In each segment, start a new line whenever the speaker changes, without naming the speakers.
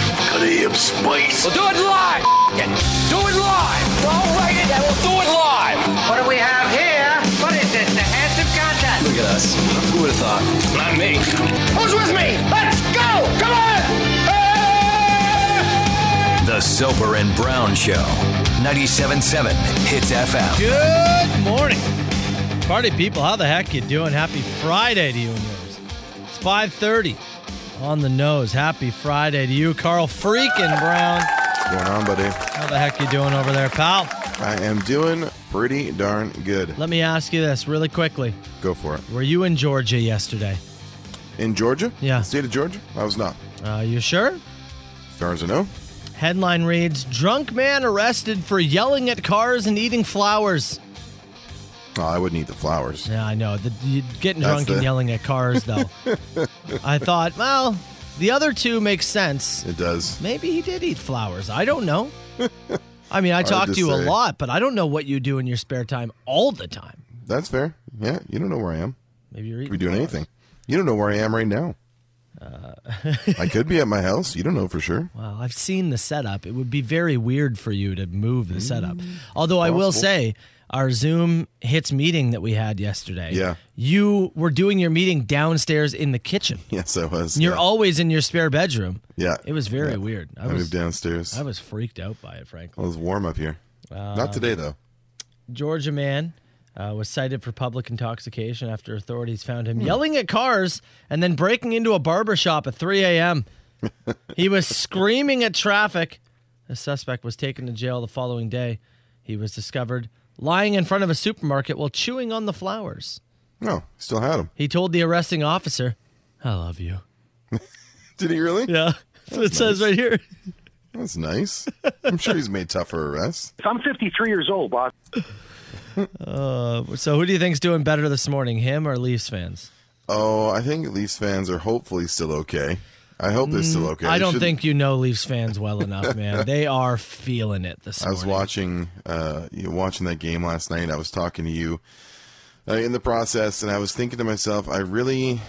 goddamn space.
We'll do it live. F- it. Do it live. Don't write it. and We'll do it live.
What do we have here? What is this? The handsome contest.
Look at us. Who would have thought?
Not me.
Who's with me? Let's go! Come on!
The Soper and Brown Show. 97.7 Hits FM.
Good morning, party people. How the heck you doing? Happy Friday to you and yours. It's 5:30 on the nose. Happy Friday to you, Carl freaking Brown.
What's going on, buddy?
How the heck you doing over there, pal?
I am doing pretty darn good.
Let me ask you this really quickly.
Go for it.
Were you in Georgia yesterday?
In Georgia?
Yeah.
State of Georgia? I was not.
Uh, you sure?
As far as I know.
Headline reads: Drunk man arrested for yelling at cars and eating flowers.
Oh, I wouldn't eat the flowers.
Yeah, I know. The, you- getting
That's
drunk and
the-
yelling at cars, though. I thought, well, the other two make sense.
It does.
Maybe he did eat flowers. I don't know. I mean, I
Hard
talk
to
to you a
say.
lot, but I don't know what you do in your spare time all the time.
That's fair. Yeah, you don't know where I am.
Maybe you're
Could
eating.
be doing anything. You don't know where I am right now.
Uh,
I could be at my house. You don't know for sure.
Well, I've seen the setup. It would be very weird for you to move the setup. Although I will
Mm. possible.
say, our Zoom hits meeting that we had yesterday.
Yeah.
You were doing your meeting downstairs in the kitchen.
Yes, I was.
And you're
yeah.
always in your spare bedroom.
Yeah.
It was very
Yeah.
weird. I,
I
was
moved downstairs.
I was freaked out by it, frankly.
It was warm up here. not today, though.
Georgia man uh, was cited for public intoxication after authorities found him yelling at cars and then breaking into a barber shop at 3 a.m. he was screaming at traffic. The suspect was taken to jail the following day. He was discovered lying in front of a supermarket while chewing on the flowers.
No, still had him.
He told the arresting officer, I love you.
Did he really?
Yeah. That's what it says right here.
That's nice. I'm sure he's made tougher arrests.
I'm 53 years old, boss.
So, who do you think's doing better this morning, him or Leafs fans?
Oh, I think Leafs fans are hopefully still okay. I hope they're still okay.
I
They
don't
shouldn't-
think you know Leafs fans well enough, man. they are feeling it this
I
morning.
was watching uh, you know, watching that game last night. I was talking to you uh, in the process, and I was thinking to myself, I really,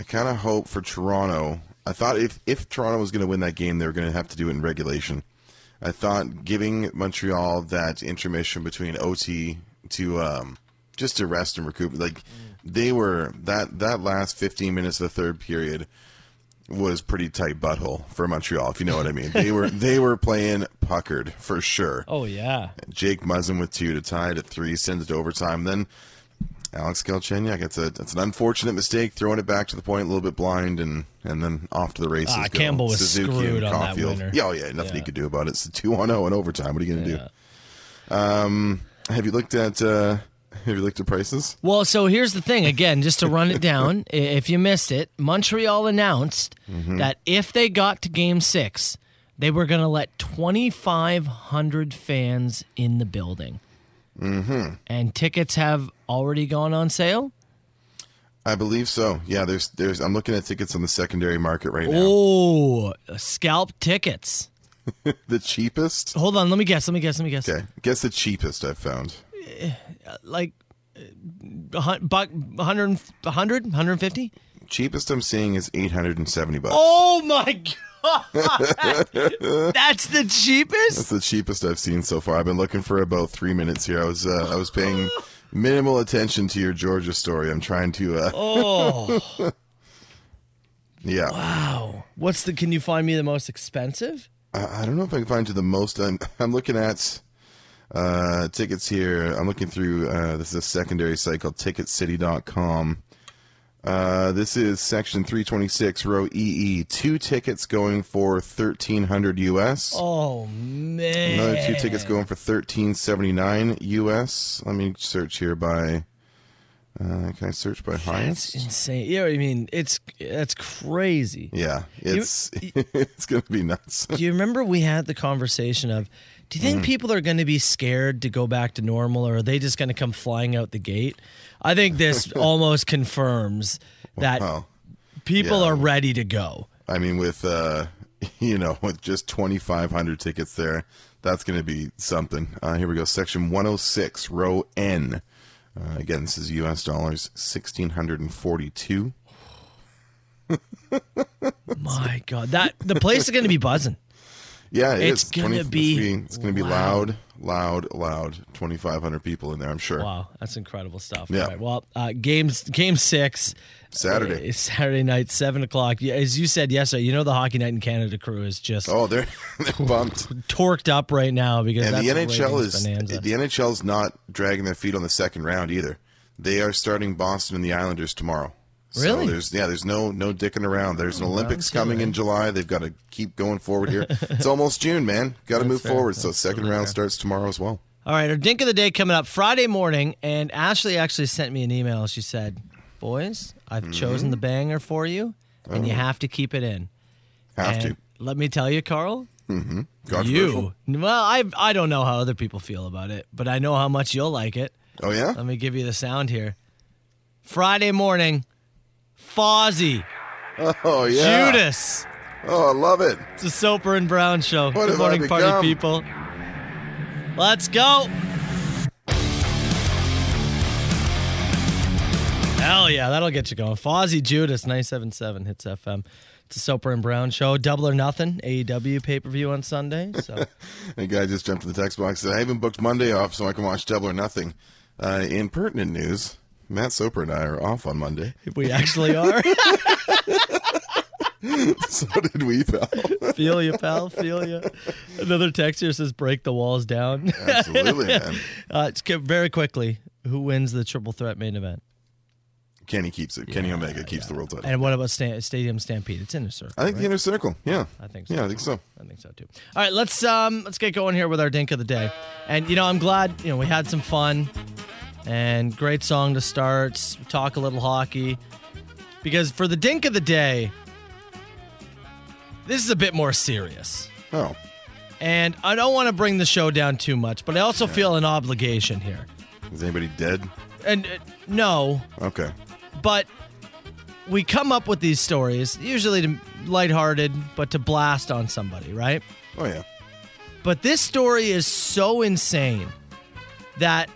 I kind of hope for Toronto. I thought if if Toronto was going to win that game, they were going to have to do it in regulation. I thought giving Montreal that intermission between OT to um, just to rest and recoup, like they were that that last 15 minutes of the third period was pretty tight butthole for Montreal, if you know what I mean. They were they were playing puckered for sure.
Oh yeah,
Jake Muzzin with two to tie it at three, sends it to overtime. Then Alex Galchenyuk, it's a it's an unfortunate mistake, throwing it back to the point, a little bit blind, and and then off to the races.
Ah,
go.
Campbell was
Suzuki and
screwed on that
Caulfield.
winner.
Yeah, oh yeah, nothing
Yeah.
you could do about it. It's a two on zero in overtime. What are you gonna do? Um, have you looked at uh, have you looked at prices?
Well, so here's the thing again, just to run it down, i- if you missed it, Montreal announced that if they got to game six, they were going to let 2,500 fans in the building. Mm-hmm. And tickets have already gone on sale.
I believe so. Yeah, there's there's I'm looking at tickets on the secondary market right now.
Oh, scalp tickets.
The cheapest.
Hold on, let me guess, let me guess, let me guess.
Okay, guess the cheapest I've found.
Like uh, hun- buck 100 100 150?
Cheapest I'm seeing is 870 bucks.
Oh my god. That's the cheapest?
That's the cheapest I've seen so far. I've been looking for about three minutes here. I was uh, I was paying minimal attention to your Georgia story. I'm trying to. Uh, oh. yeah.
What's the? Can you find me the most expensive?
I, I don't know if I can find you the most. I'm, I'm looking at uh, tickets here. I'm looking through. Uh, this is a secondary site called TicketCity.com. Uh, this is section 326, row EE. Two tickets going for 1300 US.
Oh man!
Another two tickets going for thirteen seventy nine US. Let me search here by. Uh, can I search by
That's
highest?
insane. Yeah, I mean, it's that's crazy.
yeah, it's it's gonna be nuts.
Do you remember we had the conversation of, do you think
Mm.
people are going to be scared to go back to normal, or are they just going to come flying out the gate? I think this almost confirms that
Wow.
people
Yeah.
are ready to go.
I mean, with uh, you know, with just twenty five hundred tickets there, that's gonna be something. Uh, here we go, section one hundred six, row N. Uh, again, this is U.S. dollars, sixteen hundred and forty-two.
My God, that the place is going to be buzzing.
Yeah, it
It's
is.
gonna
20 it's
be
It's gonna be loud, loud, loud. Twenty five hundred people in there. I'm sure.
Wow, that's incredible stuff.
Yeah.
All right, well, uh, games game six
Saturday.
uh, Saturday night, seven o'clock. Yeah, As you said yesterday, you know the Hockey Night in Canada crew is just
Oh, they're they're bumped.
torqued up right now because
And
that's
the
a
NHL
ratings
is
bonanza.
the NHL's not dragging their feet on the second round either. They are starting Boston and the Islanders tomorrow.
Really?
So there's yeah, there's no no dicking around. There's an Olympics
two,
coming in July. They've got to keep going forward here. it's almost June, man. Got to move
fair.
forward. So
That's
second
totally
round
fair.
starts tomorrow as well.
All right, our dink of the day coming up Friday morning, and Ashley actually sent me an email. She said, "Boys, I've
Mm-hmm.
chosen the banger for you, and you have to keep it in."
Oh. Have
and
to.
Let me tell you, Carl,
Controversial.
you. Well, I I don't know how other people feel about it, but I know how much you'll like it.
Oh yeah.
Let me give you the sound here. Friday morning, Fozzy,
Oh yeah.
Judas.
Oh, I love it.
It's the Soper and Brown show.
What
Good
have I
morning,
become?
party people. Let's go. Hell yeah, that'll get you going. Fozzy Judas, 977 hits FM. It's the Soper and Brown show. Double or nothing, AEW pay per view on Sunday. So
A guy just jumped in the text box. and Said, I even booked Monday off so I can watch Double or Nothing. Uh, in pertinent news, Matt Soper and I are off on Monday.
if we actually are,
so did we, pal.
feel you, pal, feel you. Another text here says, break the walls down.
Absolutely, man.
Uh, it's good- very quickly, who wins the triple threat main event?
Kenny keeps it. Kenny Omega keeps the world title.
And what about sta- Stadium Stampede? It's in a circle.
I think the inner circle. Yeah,
I think so.
Yeah, I think so.
I think so too. All right, let's um let's get going here with our dink of the day. And you know, I'm glad, you know, we had some fun and great song to start, talk a little hockey. Because for the dink of the day, this is a bit more serious.
Oh,
And I don't want to bring the show down too much, but I also feel an obligation here.
is anybody dead?
And uh, no,
Okay.
but we come up with these stories usually to lighthearted, but to blast on somebody, right?
Oh yeah.
But this story is so insane that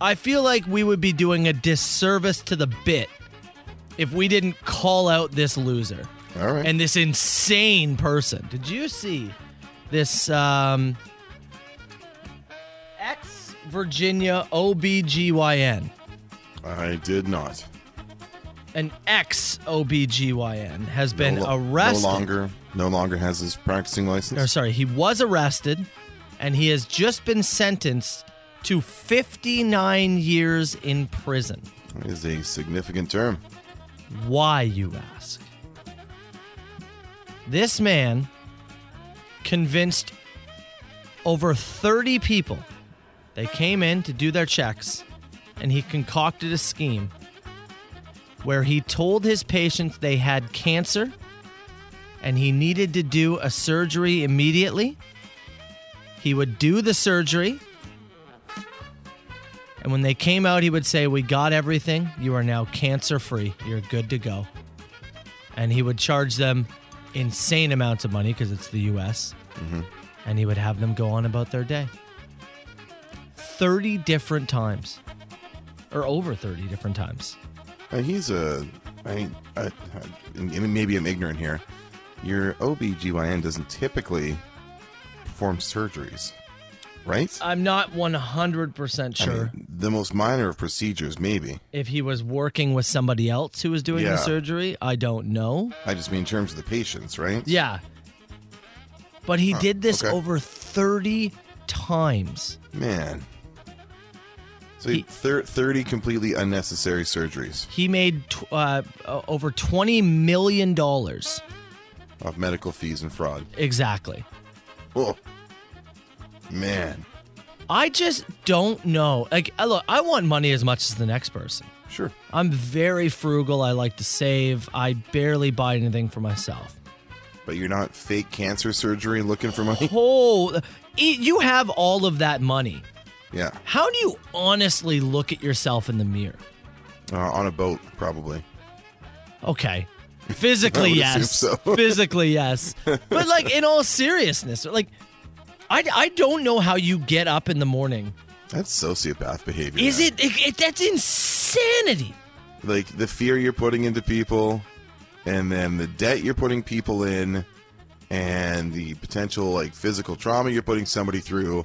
I feel like we would be doing a disservice to the bit if we didn't call out this loser
All right.
and this insane person. Did you see this um, ex Virginia OBGYN?
I did not.
An ex OBGYN has been
no, lo-
arrested.
No longer. No longer has his practicing
or
license.
sorry, he was arrested and he has just been sentenced to 59 years in prison.
That is a significant term.
Why, you ask? This man convinced over 30 people they came in to do their checks and he concocted a scheme where he told his patients they had cancer and he needed to do a surgery immediately. He would do the surgery. And when they came out, he would say, We got everything. You are now cancer free. You're good to go. And he would charge them insane amounts of money because it's the US.
Mm-hmm.
And he would have them go on about their day 30 different times, or over 30 different times.
Uh, he's a. I mean, I, I, and maybe I'm ignorant here. Your OBGYN doesn't typically perform surgeries, right?
I'm not 100%
I
Uh, sure
mean, the most minor of procedures, maybe.
if he was working with somebody else who was doing
Yeah.
the surgery. I don't know.
I just mean in terms of the patients, right?
Yeah. But he did this
okay.
over 30 times.
Man. So
He-
thir- 30 completely unnecessary surgeries
He made tw- uh, o- over twenty million dollars
of medical fees and fraud.
exactly.
Oh. Man.
I just don't know. Like, I look, I want money as much as the next person.
Sure.
I'm very frugal. I like to save. I barely buy anything for myself.
But you're not fake cancer surgery looking for money?
Oh, e- you have all of that money.
Yeah.
How do you honestly look at yourself in the mirror?
Uh, on a boat, probably.
Okay. Physically,
I would
yes.
assume so.
Physically, yes. But like in all seriousness, like I, I don't know how you get up in the morning.
That's sociopath behavior.
Is
man.
it, it, it that's insanity?
Like the fear you're putting into people and then the debt you're putting people in and the potential like physical trauma you're putting somebody through,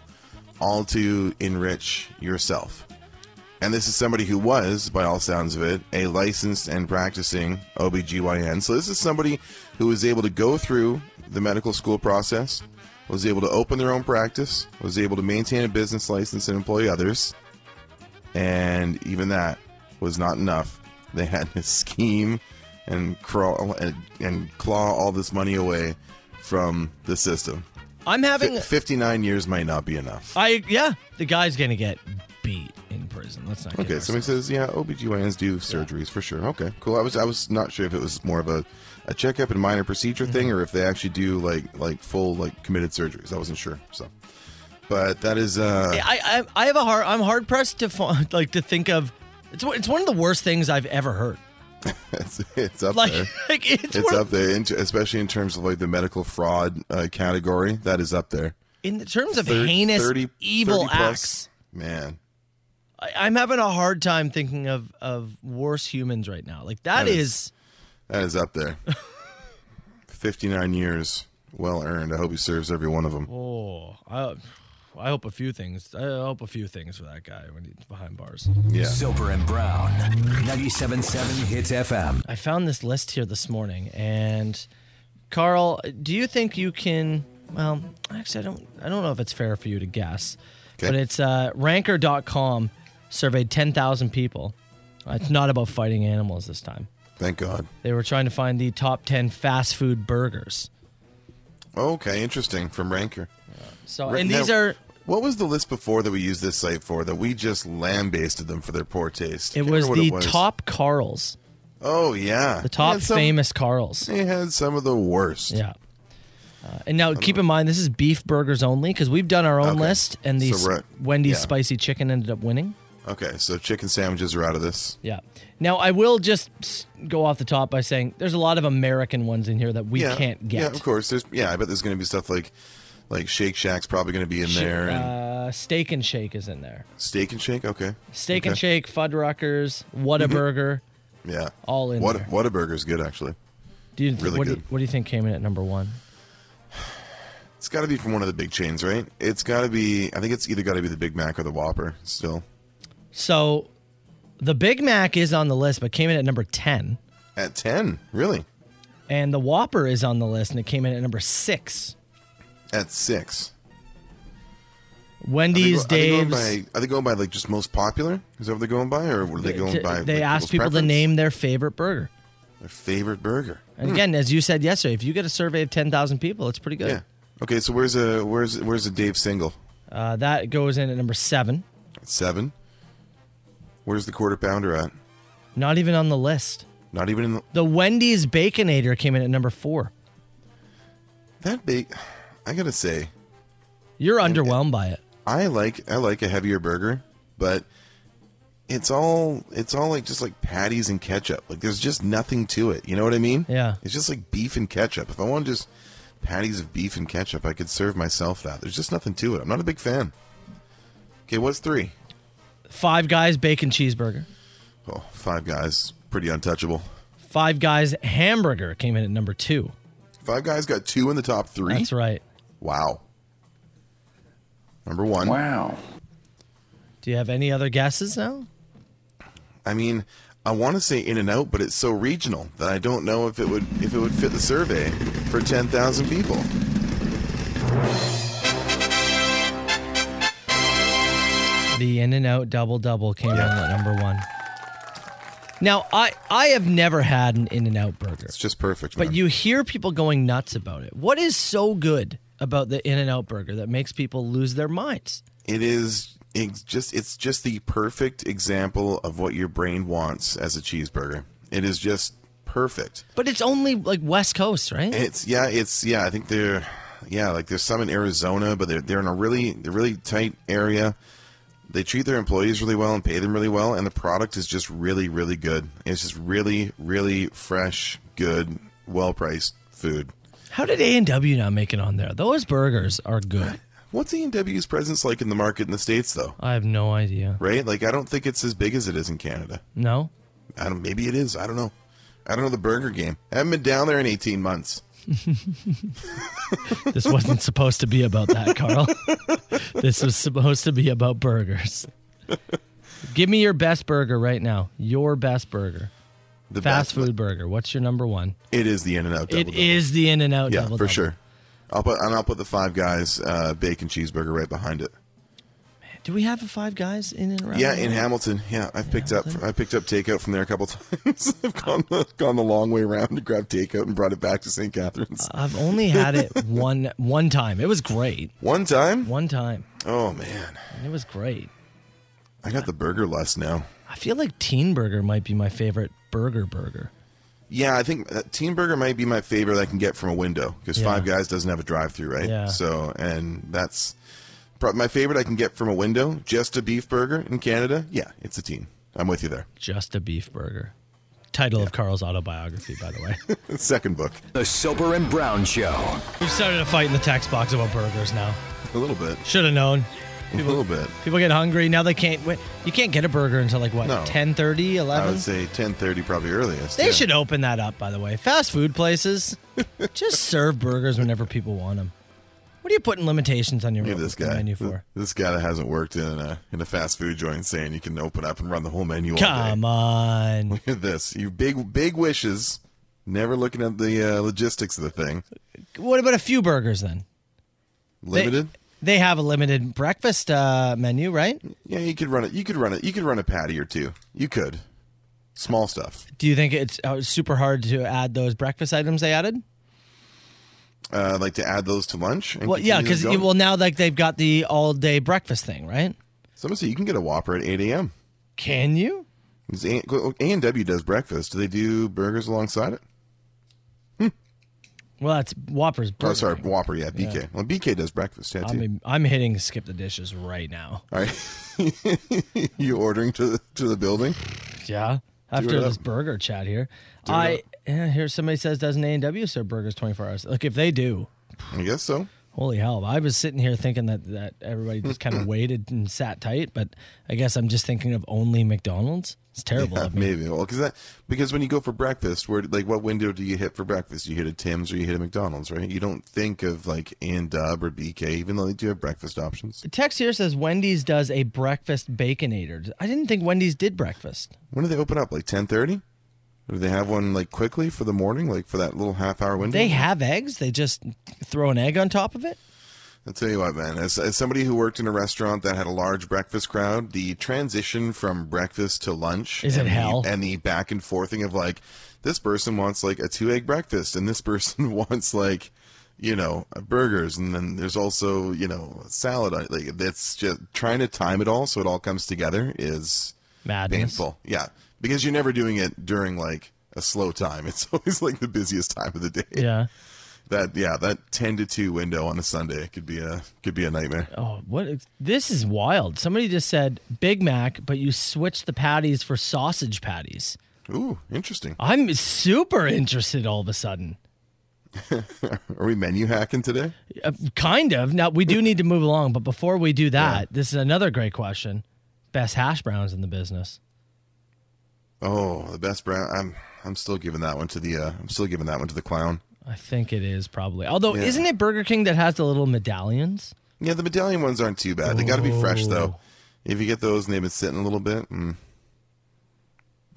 all to enrich yourself. And this is somebody who was, by all sounds of it, a licensed and practicing OBGYN. So this is somebody who was able to go through the medical school process, was able to open their own practice, was able to maintain a business license and employ others. And even that was not enough. They had to scheme and crawl and, and claw all this money away from the system.
I'm having.
Fi 59 years might not be enough.
I yeah, the guy's gonna get beat in prison. Let's not. kid
Okay, somebody
ourselves.
says, yeah, OBGYNs do surgeries for sure. Okay, cool. I was I was not sure if it was more of a, a checkup and minor procedure thing
Mm-hmm.
or if they actually do like like full like committed surgeries. I wasn't sure. So but that is uh
I, I I have a hard. I'm hard pressed to find, like to think of. It's one- it's one of the worst things I've ever heard.
it's, it's up
Like,
there.
like it's,
It's
one,
up there, in, especially in terms of like the medical fraud uh, category. That is up there.
in the terms of
Thir-
heinous,
30
evil
30 plus.
acts.
Man,
I, I'm having a hard time thinking of of worse humans right now. Like that
That is-
is,
that is up there. 59 years, well earned. I hope he serves every one of them.
oh, I, I hope a few things. I hope a few things for that guy when he's behind bars.
Yeah.
Soper and Brown, 97.7 Hits FM.
I found this list here this morning, and Carl, do you think you can? Well, actually, I don't. I don't know if it's fair for you to guess,
Okay.
but it's uh, Ranker.com surveyed ten thousand people. Uh, It's not about fighting animals this time.
Thank God.
They were trying to find the top ten fast food burgers.
Okay, interesting. From Ranker.
So,
Right
and these
now-
are.
What was the list before that we used this site for that we just lambasted them for their poor taste?
It
Can't
was
remember
the
what
top Carls,
Oh yeah,
the top famous Carls.
They had some of the worst.
Yeah. Uh, and now keep in mind, this is beef burgers only because we've done our own
Okay.
list, and the
So we're-
sp- Wendy's
yeah.
spicy chicken ended up winning.
Okay, so chicken sandwiches are out of this.
Yeah. Now I will just s- go off the top by saying there's a lot of American ones in here that we
yeah,
can't get.
Yeah, of course. There's yeah, I bet there's going to be stuff like like Shake Shack's probably going to be in
Sh-
there and
Uh, steak and Shake is in there.
Steak and Shake. Okay.
Steak and
Okay. Mm-hmm.
Shake, Fuddruckers, Whataburger.
Yeah.
all in
What
there.
Whataburger's good actually.
Do you, th-
Really
what, do you,
good.
what do you think came in at number one?
It's got to be from one of the big chains, right? It's got to be. I think it's either got to be the Big Mac or the Whopper. Still
So, the Big Mac is on the list, but came in at number ten,
at ten, really?
and the Whopper is on the list, and it came in at number six.
At six. Are they
Wendy's,
go- Are
Dave's.
they, going by, are they going by like just most popular? Is that what they're going by, or what are they going
t-
by?
they
like, people's
asked people to
preference?
name their favorite burger.
their favorite burger.
And again, as you said yesterday, if you get a survey of ten thousand people, it's pretty good.
Yeah. Okay, so where's a where's where's a Dave single?
Uh, that goes in at number seven.
At seven. Where's the quarter pounder at?
Not even on the list.
Not even in the,
The Wendy's Baconator came in at number four.
that big. I gotta say,
You're underwhelmed by it.
I like I like a heavier burger, but it's all it's all like just like patties and ketchup. Like there's just nothing to it. You know what I mean?
Yeah.
It's just like beef and ketchup. If I want just patties of beef and ketchup, I could serve myself that. There's just nothing to it. I'm not a big fan. Okay, what's three?
Five Guys Bacon Cheeseburger.
Oh, five guys, pretty untouchable.
Five Guys Hamburger came in at number two.
Five guys got two in the top three.
That's right.
Wow. Number one.
Do you have any other guesses now?
I mean, I want to say In and Out, but it's so regional that I don't know if it would if it would fit the survey for ten thousand people.
The In and Out Double Double came in at number one. Now, I, I have never had an In and Out burger,
It's just perfect.
but
man.
you hear people going nuts about it. What is so good about the In and Out burger that makes people lose their minds?
it is it's just it's just the perfect example of what your brain wants as a cheeseburger. It is just perfect.
But it's only like West Coast, right?
It's yeah, it's yeah. I think they're yeah, like there's some in Arizona, but they're they're in a really they're really tight area. They treat their employees really well and pay them really well, and the product is just really really good. It's just really really fresh, good, well priced food.
How did A and W not make it on there? Those burgers are good.
What's A and W's presence like in the market in the states though?
I have no idea.
Right? Like I don't think it's as big as it is in Canada.
No,
I don't. Maybe it is. I don't know. I don't know the burger game. I haven't been down there in 18 months.
This wasn't supposed to be about that, Carl. this was supposed to be about burgers. Give me your best burger right now. Your best burger.
The
Fast
best-
food burger. What's your number one?
It is the In and Out.
It is the In and Out
Yeah,
double
for
Double.
sure. I'll put and I'll put the Five Guys uh, bacon cheeseburger right behind it.
Do we have a five guys in and around?
Yeah,
there?
in Hamilton. Yeah, I've picked up I picked up takeout from there a couple times.
Oh.
I've gone the, gone the long way around to grab takeout and brought it back to St. Catharines.
I've only had it one one time. It was great.
One time.
One time.
Oh man,
And it was great.
I got the burger less now.
I feel like Teen Burger might be my favorite burger burger.
Yeah, I think uh, Teen Burger might be my favorite I can get from a window because
Yeah.
Five Guys doesn't have a drive-through, right?
Yeah.
So, and that's probably my favorite I can get from a window. Just a beef burger in Canada. Yeah, it's a teen. I'm with you there.
Just a beef burger. Title of Carl's autobiography, by the way.
Second book,
The Soper and Brown Show.
We've started a fight in the text box about burgers now.
a little bit,
Should have known.
a little bit.
People get hungry now. They can't. Wait, you can't get a burger until like what?
No.
10:30, 11.
I would say 10:30 probably earliest.
they
yeah.
should open that up. By the way, fast food places just serve burgers whenever people want them. What are you putting limitations on your
Look at this guy.
menu
Th-
for?
This guy that hasn't worked in a in a fast food joint saying you can open up and run the whole menu all day.
Come on.
Look at this. You big big wishes. Never looking at the uh, logistics of the thing.
What about a few burgers then? They-
Limited.
They have a limited breakfast uh, menu, right?
yeah, you could run it. You could run it. You could run a patty or two. You could. Small stuff.
Do you think it's uh, super hard to add those breakfast items they added?
Uh, like to add those to lunch. And
Well, yeah,
continue
because
going.
well now like they've got the all day breakfast thing, right?
Someone said you can get a Whopper at 8 a.m.
Can you?
Is A and W does breakfast. Do they do burgers alongside it?
Well, that's Whopper's.
Oh,
Burger
sorry,
King.
Whopper. Yeah, BK. Well, BK does breakfast. Yeah, too.
I'm, I'm hitting skip the dishes right now.
All right. you ordering to the, to the building?
Yeah. After
it
this
up.
burger chat here, I yeah, here somebody says doesn't A and W serve burgers twenty four hours? Look, if they do,
I guess so.
holy hell! I was sitting here thinking that that everybody just kind of waited and sat tight, but I guess I'm just thinking of only McDonald's. It's terrible.
Yeah,
of me.
Uh, maybe. Well, because that because when you go for breakfast, where like what window do you hit for breakfast? You hit a Tim's or you hit a McDonald's, right? You don't think of like and Dub or BK, even though they do have breakfast options.
The text here says Wendy's does a breakfast baconator. I didn't think Wendy's did breakfast.
When do they open up? Like ten thirty? Do they have one like quickly for the morning, like for that little half hour window?
They have eggs. They just throw an egg on top of it.
I'll tell you what, man. As, as somebody who worked in a restaurant that had a large breakfast crowd, the transition from breakfast to lunch
Is it
and the-
hell?
and the back and forthing of like this person wants like a two egg breakfast, and this person wants like you know burgers, and then there's also you know salad. Like that's just trying to time it all so it all comes together is
Madness.
painful. Yeah, because you're never doing it during like a slow time. It's always like the busiest time of the day.
Yeah.
That yeah, that ten to two window on a Sunday could be a could be a nightmare.
Oh, what? This is wild. Somebody just said Big Mac, but you switched the patties for sausage patties.
Ooh, interesting.
I'm super interested all of a sudden.
Are we menu hacking today?
Uh, kind of. Now, we do need to move along, but before we do that, this is another great question. Best hash browns in the business.
Oh, the best brown. I'm I'm still giving that one to the uh, I'm still giving that one to the clown.
I think it is probably. Although, isn't it Burger King that has the little medallions?
Yeah, the medallion ones aren't too bad. They got to be fresh
Ooh.
though. If you get those and they've been sitting a little bit, mm,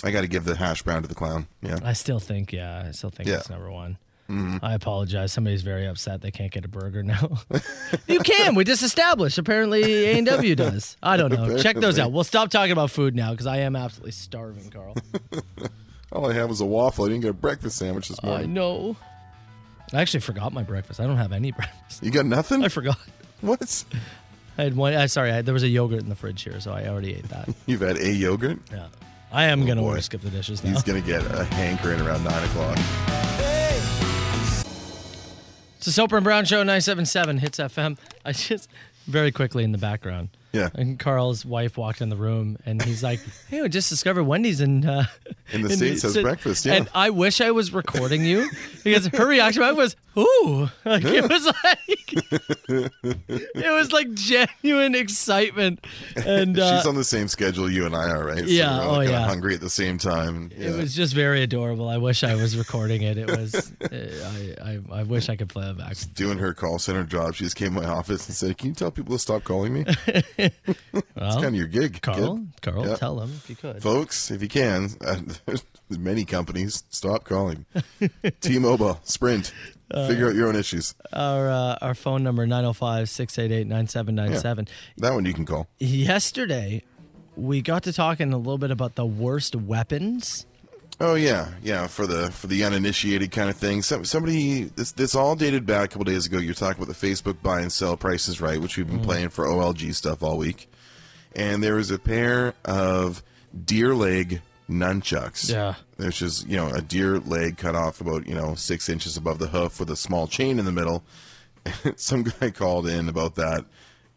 I got to give the hash brown to the clown. Yeah,
I still think, yeah, I still think
Yeah.
it's number one. I apologize. Somebody's very upset they can't get a burger now. you can. We just established. Apparently, A and W does. I don't know. Check those out. We'll stop talking about food now because I am absolutely starving, Carl.
all I had was a waffle. I didn't get a breakfast sandwich this
I
morning.
know. I actually forgot my breakfast. I don't have any breakfast.
you got nothing?
I forgot.
What?
I had one. I sorry. I, there was a yogurt in the fridge here, so I already ate that.
You've had a yogurt.
Yeah. I am gonna
Oh, boy.
order skip the dishes now.
He's gonna get a hankering around nine o'clock.
It's the Soper and Brown Show, 977 Hits FM. I just, very quickly in the background.
Yeah.
And Carl's wife walked in the room and he's like, hey, we just discovered Wendy's in, uh,
In the States has breakfast, yeah.
And I wish I was recording you because her reaction back was, ooh, like it was like it was like genuine excitement, and uh,
She's on the same schedule you and I are, right?
Yeah,
we're all
oh,
kinda
yeah.
Hungry at the same time. Yeah.
it was just very adorable. I wish I was recording it. It was. uh, I, I I wish I could play it back.
doing her call center job. She just came to my office and said, "Can you tell people to stop calling me?"
Well,
Kind of your gig,
Carl,
kid.
Carl,
Yeah.
tell them if you could.
folks. If you can, uh, there's many companies stop calling. T-Mobile, Sprint,
Uh,
figure out your own issues.
Our uh, our phone number 905-688-9797.
That one you can call.
Yesterday, we got to talking a little bit about the worst weapons.
Oh yeah, yeah. For the for the uninitiated kind of thing. Some, somebody this this all dated back a couple days ago. You're talking about the Facebook buy and sell prices, right? Which we've been playing for OLG stuff all week. And there was a pair of deer leg nunchucks.
Yeah.
Which is you know a deer leg cut off about you know six inches above the hoof with a small chain in the middle. Some guy called in about that,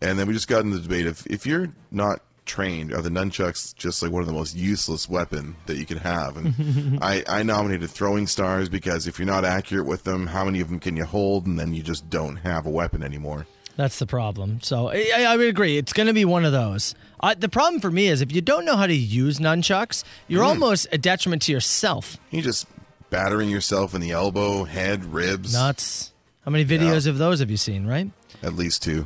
and then we just got into the debate of if you're not trained, are the nunchucks just like one of the most useless weapon that you could have? And I, I nominated throwing stars because if you're not accurate with them, how many of them can you hold? And then you just don't have a weapon anymore.
That's the problem. So I, I I would agree. It's going to be one of those. I, the problem for me is if you don't know how to use nunchucks, you're
Mm.
almost a detriment to yourself.
You just battering yourself in the elbow, head, ribs,
Nuts. How many videos of those have you seen, right?
at least two.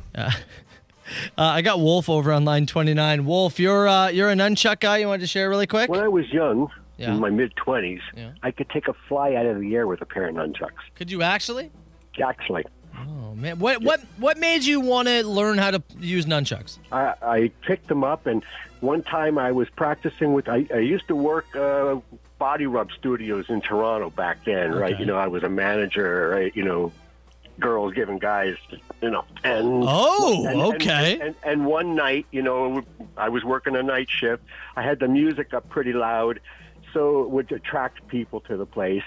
Uh, I got Wolf over on line 29. Wolf, you're uh, you're a nunchuck guy. You wanted to share really quick?
When I was young,
Yeah.
in my mid 20s,
Yeah.
I could take a fly out of the air with a pair of nunchucks.
Could you actually?
Actually,
Oh man, what what what made you want to learn how to use nunchucks?
I, I picked them up, and one time I was practicing with. I, I used to work uh, body rub studios in Toronto back then, right?
Okay.
You know, I was a manager, right? You know, girls giving guys, you know, and
Oh,
and- and-
okay.
And, and, one night, you know, I was working a night shift. I had the music up pretty loud, so it would attract people to the place.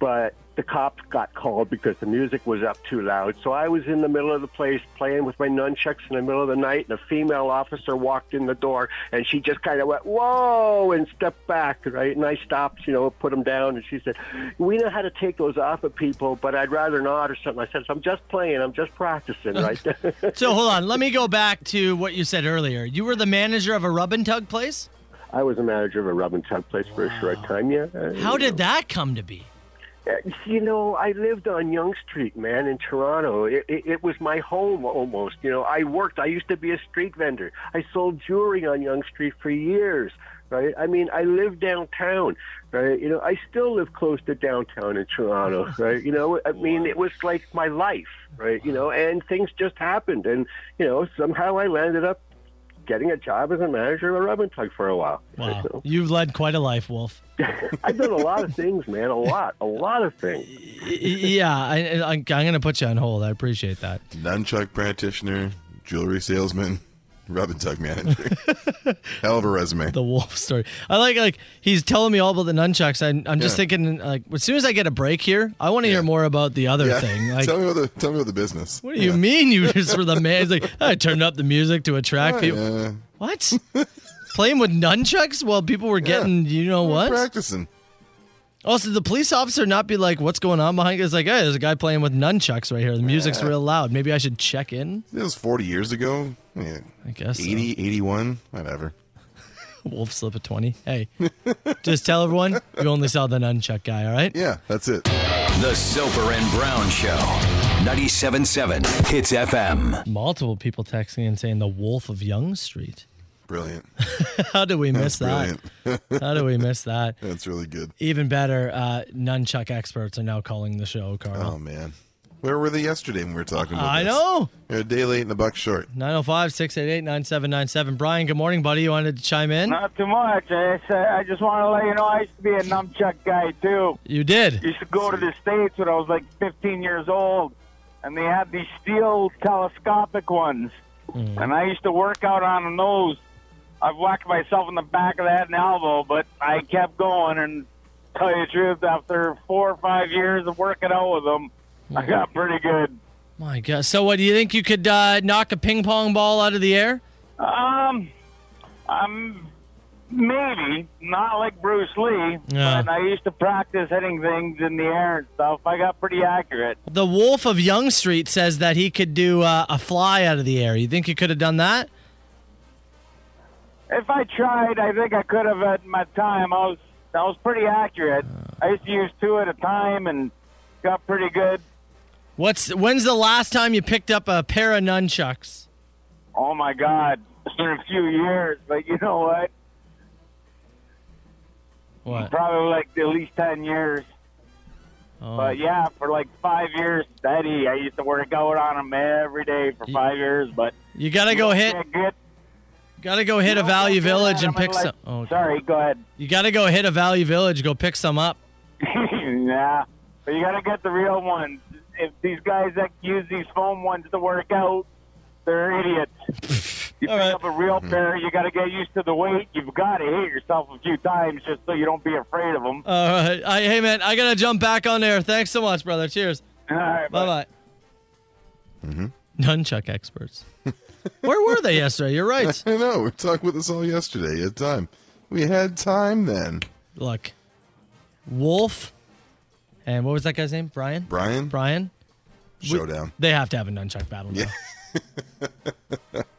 But the cops got called because the music was up too loud. So I was in the middle of the place playing with my nunchucks in the middle of the night, and a female officer walked in the door, and she just kind of went, whoa, and stepped back, right? And I stopped, you know, put them down, and she said, we know how to take those off of people, but I'd rather not or something. I said, I'm just playing. I'm just practicing, right?
So hold on, let me go back to what you said earlier. You were the manager of a rub and tug place.
I was a manager of a rub and tug place for a short time. Yeah.
How did that come to be?
You know, I lived on Young Street, man, in Toronto. It, it, it was my home almost. You know, I worked. I used to be a street vendor. I sold jewelry on Young Street for years. Right. I mean, I lived downtown. Right. You know, I still live close to downtown in Toronto. Right. You know, I mean, it was like my life. Right. You know, and things just happened, and you know, somehow I landed up getting a job as a manager of a rub and tug for a while.
Wow,
So-
you've led quite a life, Wolf.
I've done a lot of things, man. A lot, a lot of things.
Y- yeah, I, I, I'm gonna put you on hold. I appreciate that.
Nunchuck practitioner, jewelry salesman, rub and tug manager. Hell of a resume.
The Wolf story. I like like he's telling me all about the nunchucks. I'm, I'm just
Yeah.
thinking like as soon as I get a break here, I want to hear more about the other
Yeah.
thing. Like,
tell me about the tell me about the business.
what do you mean you just were the man? He's like, I turned up the music to attract people.
Oh, Yeah.
What? Playing with nunchucks while people were getting, you know what?
Practicing.
Also, the police officer not be like, "What's going on behind?" you?" It's like, "Hey, there's a guy playing with nunchucks right here. The music's real loud. Maybe I should check in."
This was 40 years ago. Yeah.
I guess so.
80, 81, whatever.
Wolf slip a twenty. Hey, just tell everyone you only saw the nunchuck guy. All right.
Yeah, that's it.
The Soper and Brown Show. 97.7 Hits FM.
Multiple people texting and saying the Wolf of Young Street.
Brilliant.
How did we miss that?
Brilliant.
How did we miss that?
That's really good.
Even better, uh, nunchuck experts are now calling the show, Carl.
Oh, man. Where were they yesterday when we were talking about
I
this?
know.
They're a day late and a buck short.
905 688 9797. Brian, good morning, buddy. You wanted to chime in?
Not too much. I, s- I just want to let you know I used to be a nunchuck guy too.
You did.
Used to go to the states when I was like 15 years old, and they had these steel telescopic ones, and I used to work out on those. I've whacked myself in the back of the head and elbow, but I kept going. And tell you the truth, after four or five years of working out with them, I got pretty good.
My God. So, what do you think you could uh, knock a ping pong ball out of the air?
Um, I'm Maybe not like Bruce Lee,
Yeah.
but I used to practice hitting things in the air and stuff. I got pretty accurate.
The Wolf of Young Street says that he could do uh, a fly out of the air. You think you could have done that?
If I tried, I think I could have at my time. I was I was pretty accurate. I used to use two at a time and got pretty good.
What's when's the last time you picked up a pair of nunchucks?
Oh my God, it's been a few years, but you know what?
What?
Probably like at least ten years.
Oh.
But yeah, for like five years steady, I used to work out on them every day for five years. But
You gotta go hit.
Yeah, good.
Gotta go hit a Value Village and
I'm
pick
like-
some. Oh, okay.
Sorry, go ahead.
You gotta go hit a Value Village. Go pick some up.
yeah, but you gotta get the real ones. If these guys that use these foam ones to work out, they're idiots. You
All
pick
right.
up a real pair, you gotta get used to the weight. You've gotta hit yourself a few times just so you don't be afraid of them.
All right. I, hey man, I gotta jump back on air. Thanks so much, brother. Cheers.
All right,
Bye bye.
Mm-hmm.
Nunchuck experts. Where were they yesterday? You're right.
I know. We talked with this all yesterday at time. We had time then.
Look, Wolf, and what was that guy's name? Brian.
Brian,
Brian.
showdown.
They have to have a nunchuck battle. Now.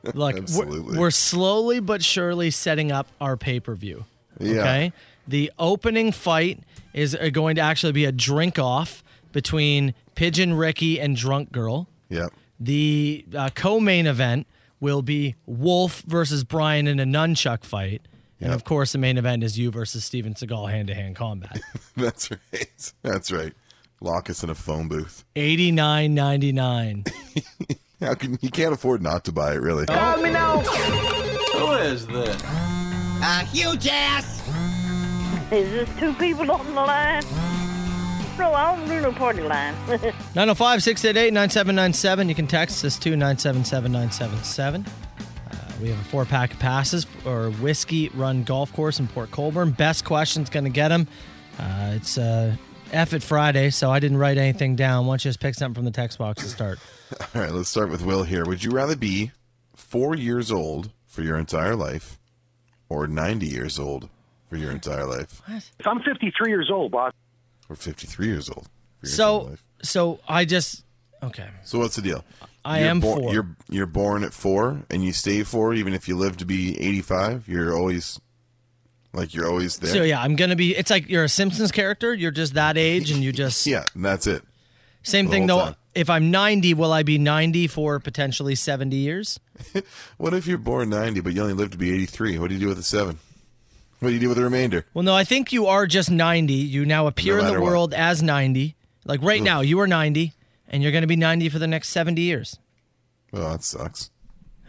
Look, we're-
Absolutely.
we're slowly but surely setting up our pay per view.
Yeah.
Okay. The opening fight is uh, going to actually be a drink off between Pigeon Ricky and Drunk Girl.
Yep.
The uh, co main event will be Wolf versus Brian in a nunchuck fight. And
Yep.
of course, the main event is you versus Steven Seagal hand to hand combat.
That's right. That's right. Lock us in a phone booth.
89.99.
How can you can't afford not to buy it really?
Oh,
Is this two people on the line? No, I don't do no party line.
905 688 9797. You can text us to 977 977. Uh, We have a four pack of passes for Whiskey Run Golf Course in Port Colborne. Best question's going to get them. Uh, it's uh, F it Friday, so I didn't write anything down. Why don't you just pick something from the text box to start?
All right, let's start with Will here. Would you rather be four years old for your entire life or 90 years old for your entire life?
I'm 53 years old, boss.
Or 53 years old for your entire
so,
life?
so I just. Okay.
So what's the deal?
I
You're
am
bor-
four.
You're, you're born at four and you stay four even if you live to be 85. You're always, like, you're always there.
So, yeah, I'm going to be. It's like you're a Simpsons character. You're just that age, and you just.
Yeah, and that's it.
Same
the
thing,
whole
though.
time.
If I'm 90, will I be 90 for potentially 70 years?
What if you're born 90 but you only live to be 83? What do you do with the seven? What do you do with the remainder?
Well, no, I think you are just 90. You now appear in the
matter what. Mm.
world as 90. Like right now, you are 90, and you're going to be 90 for the next 70 years.
Oh, that sucks.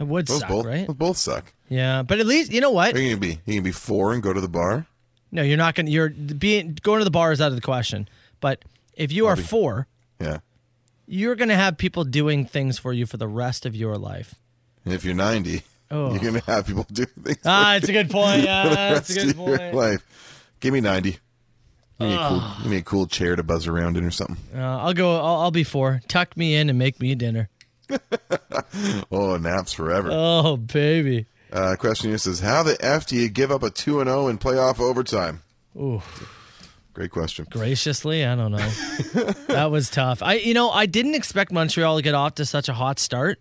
It would
Those
suck,
both,
right?
those both suck.
Yeah, but at least you know what?
Are you gonna be? You gonna be four and go to the bar?
No, you're not going. to You're being going to the bar is out of the question. But if you are four,
Yeah.
you're going to have people doing things for you for the rest of your life.
And if you're 90,
Oh.
you're gonna have people do things.
Ah, it's a good point. Yeah,
That's
that's a good point. Ah. Uh,
life. Give me 90. Give me, a cool, give me a cool chair to buzz around in or something.
Uh, I'll go. I'll, I'll be four. Tuck me in and make me dinner.
Oh, naps forever.
Oh, baby.
Uh, question here says, how the f do you give up a two and zero in playoff overtime?
Ooh.
Great question.
graciously i don't know that was tough i you know i didn't expect montreal to get off to such a hot start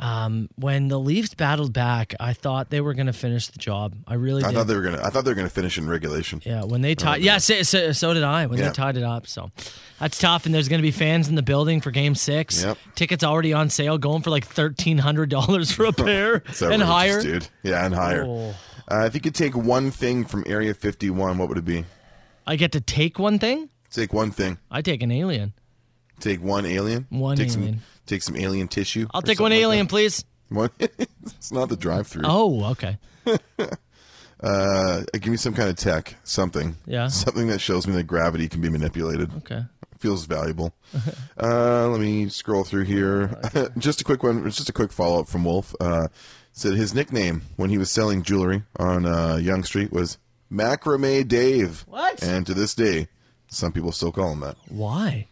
um, when the leafs battled back i thought they were going to finish the job i really
I
did
thought they were gonna. I thought they were gonna finish in regulation.
yeah when they tied yeah so, so, so did i when
Yeah.
they tied it up so that's tough and there's going to be fans in the building for game six
Yep.
tickets already on sale going for like $1300 for a pair
It's
and
outrageous,
higher
dude. Yeah, and higher.
Oh.
Uh, if you could take one thing from Area 51, what would it be?
i get to take one thing
Take one thing.
i take an alien
Take one alien.
One
take
alien.
Some, take some alien tissue.
i'll
or
take one
something like
alien
that.
please
One- it's not the drive-through.
oh okay
Uh, give me some kind of tech, something.
Yeah.
Something that shows me that gravity can be manipulated.
okay
Feels valuable. uh, let me scroll through here. just a quick one. It's just a quick follow up from Wolf. Uh, said his nickname when he was selling jewelry on uh, Young Street was Macrame Dave.
What?
And to this day, some people still call him that
why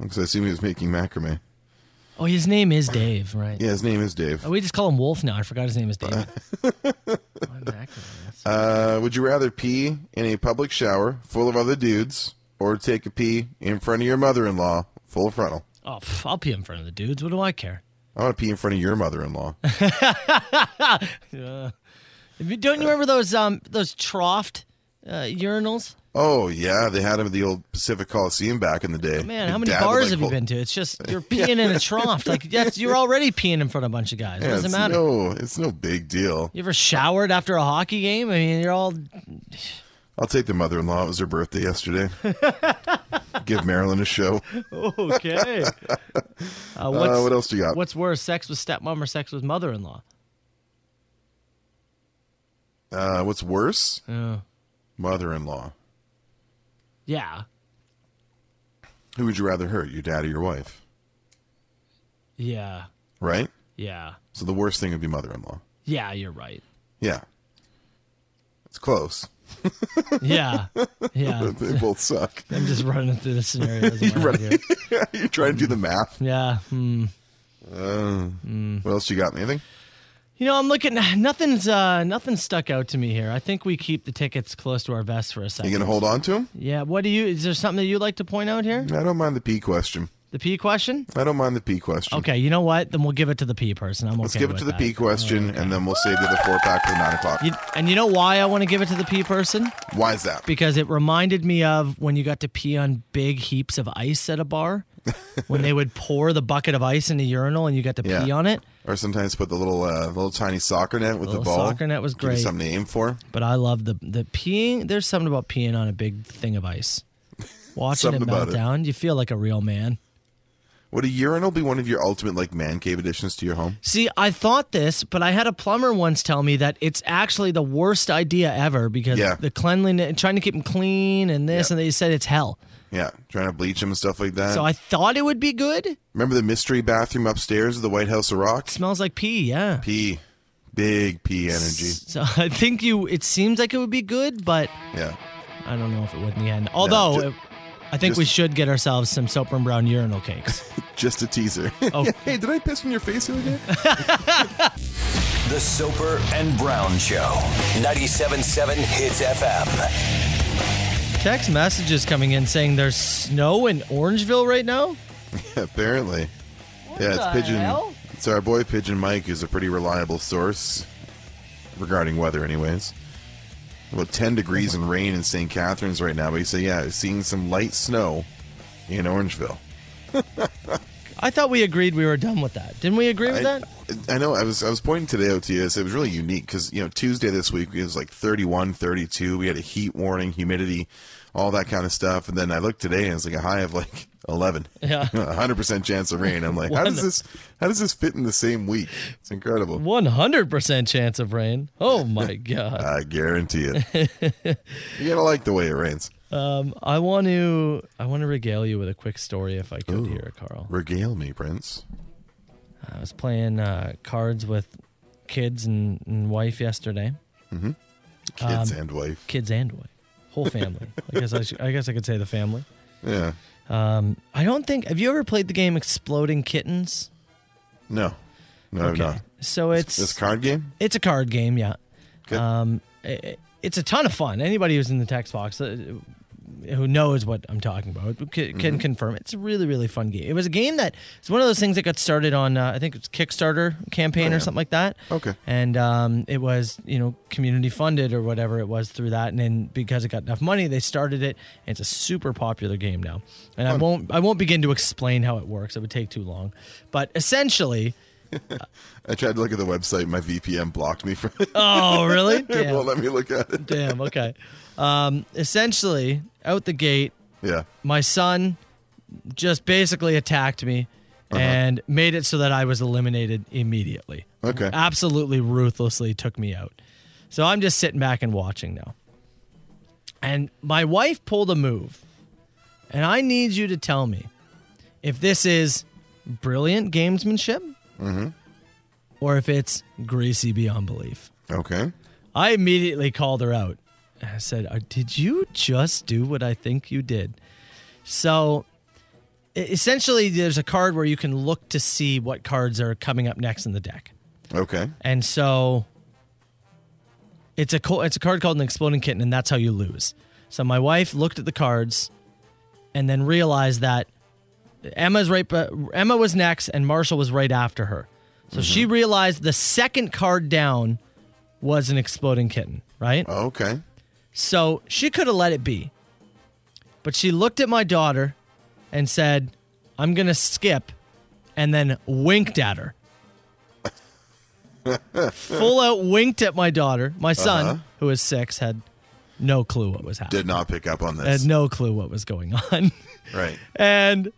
because I assume he was making macrame.
Oh, his name is Dave, right?
Yeah, his name is Dave.
Oh, we just call him Wolf now. I forgot his name is Dave.
Uh, would you rather pee in a public shower full of other dudes or take a pee in front of your mother in law full frontal?
Oh, pff, I'll pee in front of the dudes. What do I care?
I want to pee in front of your mother in law.
Yeah. If you don't you remember those um those troughed uh, urinals?
oh, yeah. They had him at the old Pacific Coliseum back in the day.
Man,
Your
how many
dad would,
bars
like,
have you
hold-
been to? It's just you're peeing in a trough. Like that's, you're already peeing in front of a bunch of guys. What
Yeah,
does it
it's
matter?
No, it's no big deal.
You ever showered after a hockey game? I mean, you're all
I'll take the mother in law. It was her birthday yesterday. Give Marilyn a show.
okay. Uh, what's,
Uh, what else do you got?
What's worse, sex with stepmom or sex with mother-in-law?
Uh, what's worse?
Yeah.
Mother in law.
Yeah,
Who would you rather hurt, your dad or your wife?
yeah,
Right?
yeah,
So the worst thing would be mother in law.
yeah. You're right.
Yeah. It's close.
Yeah, yeah.
But they both suck.
I'm just running through the scenarios. in my head here.
You're trying to do the math.
Yeah. Hmm.
What else you got? Anything?
You know, I'm looking. Nothing's uh, nothing stuck out to me here. I think we keep the tickets close to our vest for a
You
second.
going to hold on to him?
yeah. What do you? Is there something that you'd like to point out here?
I don't mind the P question.
The P question.
I don't mind the P question.
Okay. You know what? Then we'll give it to the P person. I'm okay.
Let's give it
with
to the
that.
P question, and then we'll save the other four pack for the nine o'clock.
You, and you know why I want to give it to the P person?
Why is that?
because it reminded me of when you got to pee on big heaps of ice at a bar when they would pour the bucket of ice in the urinal and you got to
Yeah.
pee on it
Or sometimes put the little, uh, little tiny soccer net with the
Little
ball.
soccer net was
Give you
great.
something to aim for.
but i love the the peeing there's something about peeing on a big thing of ice watching it
Something about
melt
it.
down you feel like a real man
Would a urinal be one of your ultimate like man cave additions to your home?
see i thought this but i had a plumber once tell me that it's actually the worst idea ever because
Yeah.
the cleanliness trying to keep them clean and this
Yeah.
and they said it's hell
Yeah, trying to bleach them and stuff like that.
so i thought it would be good it
Remember the mystery bathroom upstairs of the White House of Rock?
smells like pee yeah
P, big P energy.
So I think you. It seems like it would be good, but
Yeah,
I don't know if it would in the end. Although,
ju-
it- I think we
just-
should get ourselves some soap and brown urinal cakes.
just a teaser.
Oh.
hey, did I piss in your face the other day?
The Soper and Brown Show. 97.7 Hits FM.
Text messages coming in saying there's snow in Orangeville right now.
Apparently. yeah, it's
the
pigeon.
hell?
It's our boy Pigeon Mike, who's a pretty reliable source regarding weather, anyways. About 10 degrees and rain in St. Catharines right now, but he said, yeah, seeing some light snow in Orangeville.
I thought we agreed we were done with that. Didn't we agree with
I,
that?
I know. I was I was pointing today out to you. so It was really unique because you know Tuesday this week it was like 31, 32. We had a heat warning, humidity, all that kind of stuff. And then I looked today and it's like a high of like eleven.
Yeah.
hundred percent chance of rain. I'm like, how does this how does this fit in the same week? It's incredible.
One hundred percent chance of rain. Oh my god!
I guarantee it. you gotta like the way it rains.
I want to. I want to regale you with a quick story if I could here, Carl.
Regale me, Prince.
I was playing uh, cards with kids and, and wife yesterday. Um,
Kids and wife.
kids and wife, whole family. I guess I, should, I guess I could say the family.
Yeah.
I don't think. Have you ever played the game Exploding Kittens?
No. No, no.
So it's
This
it's,
card game.
a card game. Yeah.
Good.
Um, i- i- it's a ton of fun. Anybody who's in the text box. Uh, who knows what I'm talking about can, can confirm it's a really really fun game. It was a game that it's one of those things that got started on uh, I think it's Kickstarter campaign or something like that.
Okay.
and um, it was you know community funded or whatever it was through that, and then because it got enough money, they started it. And it's a super popular game now, and I won't I won't begin to explain how it works. It would take too long, but essentially,
I tried to look at the website. My VPN blocked me from it.
oh really?
It won't
Damn,
let me look at it.
damn okay. Um, essentially, out the gate,
Yeah.
my son just basically attacked me and made it so that I was eliminated immediately.
Okay.
Ah. Absolutely ruthlessly took me out. So I'm just sitting back and watching now. And my wife pulled a move. And I need you to tell me if this is brilliant gamesmanship or if it's greasy beyond belief.
Okay.
I immediately called her out. I said, "Uh, "Did you just do what I think you did?" So, e- essentially, there's a card where you can look to see what cards are coming up next in the deck,
Okay.
and so It's a co- it's a card called an exploding kitten, and that's how you lose. So my wife looked at the cards, and then realized that Emma's right. be- Emma was next, and Marshall was right after her. So she realized the second card down was an exploding kitten, right?
Oh, okay.
So she could have let it be. But she looked at my daughter and said, I'm going to skip, and then winked at her. Full out winked at my daughter. My son, who is six, had no clue what was happening.
Did not pick up on this.
Had no clue what was going on.
Right.
and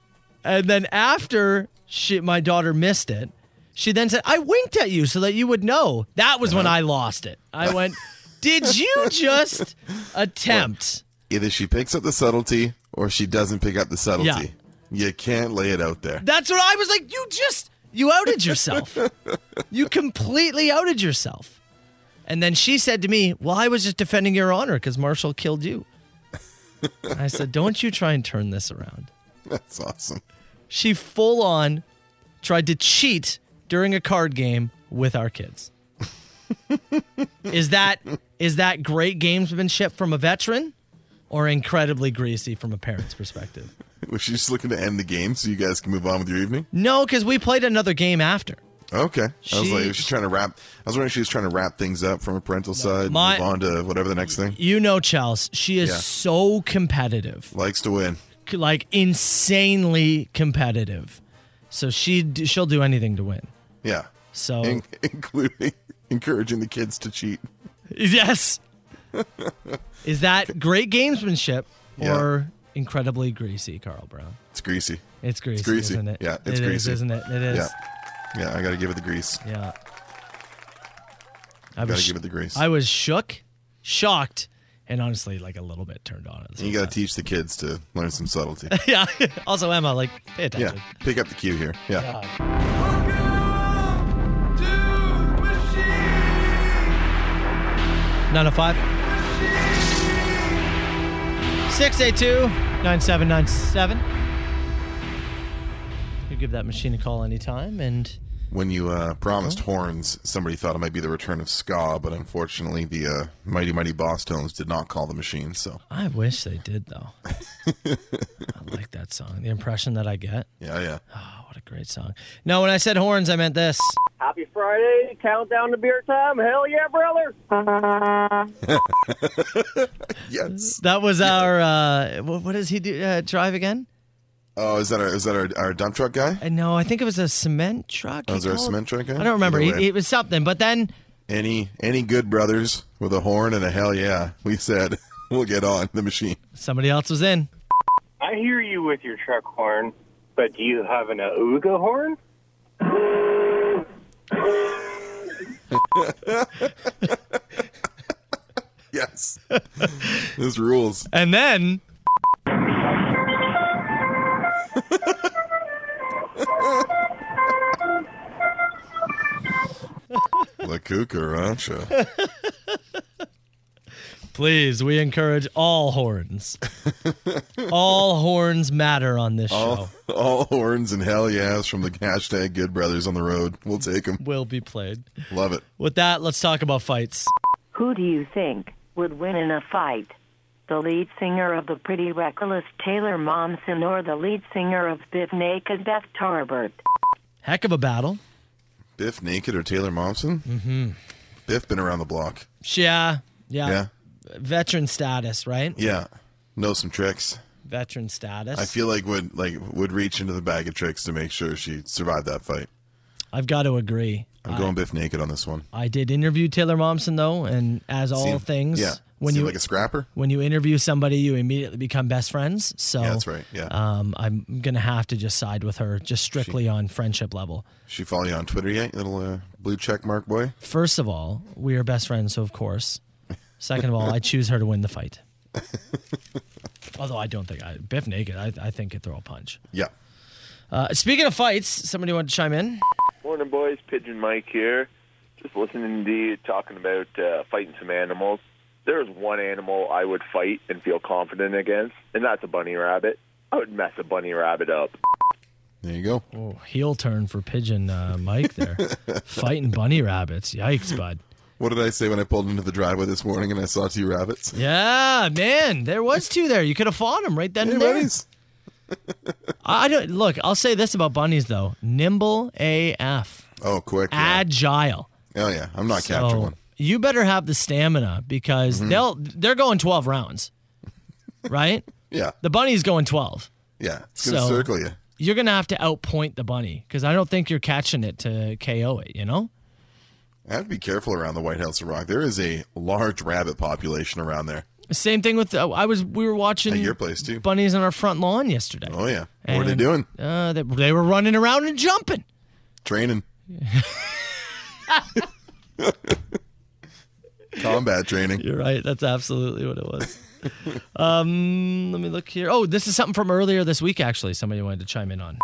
and then after she, my daughter missed it, she then said, "I winked at you so that you would know." That was when I lost it. I went, "Did you just attempt?"
Either she picks up the subtlety or she doesn't pick up the subtlety. You can't lay it out there.
That's what I was like. You just you outed yourself. you completely outed yourself. And then she said to me, "Well, I was just defending your honor because Marshall killed you." I said, "Don't you try and turn this around."
That's awesome.
she full on tried to cheat during a card game with our kids. is that is that great gamesmanship from a veteran or incredibly greasy from a parent's perspective?
Was she just looking to end the game so you guys can move on with your evening?
No, cuz we played another game after.
Okay. I was
She-
like, she's trying to wrap. I was wondering if she was trying to wrap things up from a parental side,
My-
move on to whatever the next thing.
You know Chels, she is
Yeah.
so competitive.
Likes to win.
c- Like insanely competitive. So she d- she'll do anything to win.
Yeah.
So
In- including encouraging the kids to cheat.
Yes. Is that great gamesmanship
Yeah.
or incredibly greasy, Carl Brown?
It's greasy.
It's greasy,
greasy.
isn't it?
Yeah, it's
It is,
greasy.
isn't it? It is.
Yeah, I got to give it the grease.
Yeah. I
Got
was,
to give it the grease.
I was shook, shocked, and honestly, like a little bit turned on. at the same
you got to teach the kids to learn some subtlety.
time. yeah. also, Emma, like, pay
yeah.
attention.
Pick up the cue here. Yeah.
Nine oh five. 682-9797. You give that machine a call anytime and
When you uh, promised
Uh-huh.
horns, somebody thought it might be the return of ska, but unfortunately, the uh, mighty mighty boss tones did not call the machine. So
I wish they did though. I like that song. The impression that I get.
yeah, yeah.
Oh, what a great song. No, when I said horns, I meant this.
Happy Friday, countdown to beer time. Hell yeah, brother.
Yes.
That was our. Uh, what, what does he do? Uh, drive again?
Oh, is that our is that our, our dump truck guy?
Uh, no, I think it was a cement truck. he
Oh, is there a
called-
cement truck guy?
I don't remember.
Either
He-
way.
It was something, but then
any any good brothers with a horn and a hell yeah, we said we'll get on the machine.
somebody else was in.
I hear you with your truck horn, but do you have an Auga horn?
Yes. this rules.
And then.
La cucaracha.
Please, we encourage all horns. all horns matter on this show.
All, all horns and hell yeahs from the hashtag good brothers on the road. We'll take them.
Will be played.
Love it.
With that, let's talk about fights.
Who do you think would win in a fight? The lead singer of the Pretty Reckless Taylor Momsen or the lead singer of Biff Naked Beth Tarbert?
Heck of a battle.
Biff Naked or Taylor Momsen? Mm-hmm. Biff been around the block.
Yeah, yeah.
Yeah.
Veteran status, right?
Yeah. Know some tricks.
Veteran status.
I feel like would like would reach into the bag of tricks to make sure she survived that fight.
I've got to agree.
I'm going Biff Naked on this one.
I did interview Taylor Momsen though, and as all
Seem-
things,
Yeah.
when
Seem
you
like a scrapper?
when you interview somebody, you immediately become best friends. So
Yeah, that's right. Yeah.
Um, I'm gonna have to just side with her, just strictly on friendship level.
She follow you on Twitter yet, you little uh, blue check mark boy?
First of all, we are best friends, so of course. Second of all, I choose her to win the fight. Although I don't think I Biff naked, I, I think could throw a punch.
Yeah.
Uh, speaking of fights, somebody want to chime in?
Morning, boys. Pigeon Mike here. Just listening to you talking about uh, fighting some animals. There's one animal I would fight and feel confident against, and that's a bunny rabbit. I would mess a bunny rabbit up.
There you go.
Oh, heel turn for pigeon uh, Mike there, fighting bunny rabbits. Yikes, bud.
What did I say when I pulled into the driveway this morning and I saw two rabbits?
Yeah, man, there was two there. You could have fought them right then and there. I I don't look. I'll say this about bunnies though: nimble AF,
Oh, quick.
agile.
Oh, yeah. I'm not
So,
capturing one. Mm-hmm.
You better have the stamina because they'll they're going twelve rounds, right?
Yeah.
The bunny's going twelve.
Yeah. It's going to
So-
circle you.
You're gonna have to outpoint the bunny because I don't think you're catching it to KO it. You know?
I have to be careful around the White House of Rock. There is a large rabbit population around there.
Same thing with uh, I was we were watching
At your place, too.
bunnies on our front lawn yesterday.
Oh, yeah. What are they
Mm. And,
doing?
Uh, they, they were running around and jumping.
Training. Combat training.
You're right. That's absolutely what it was. um, let me look here. Oh, this is something from earlier this week. Actually, somebody wanted to chime in on.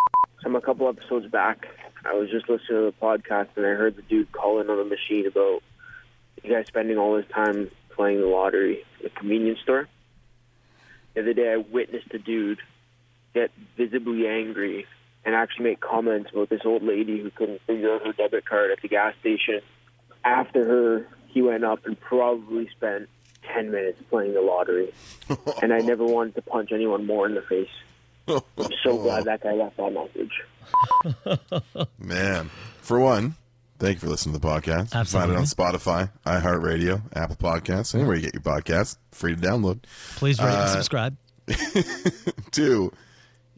I'm a couple episodes back. I was just listening to the podcast and I heard the dude call in on the machine about you guys spending all this time playing the lottery at the convenience store. The other day, I witnessed a dude get visibly angry and actually make comments about this old lady who couldn't figure out her debit card at the gas station. After her, he went up and probably spent 10 minutes playing the lottery. and I never wanted to punch anyone more in the face. I'm so glad that guy left that message.
Man, for one, thank you for listening to the podcast. Find
Absolutely.
it on Spotify, iHeartRadio, Apple Podcasts, anywhere you get your podcasts. Free to download.
Please rate and
Uh,
subscribe.
Two,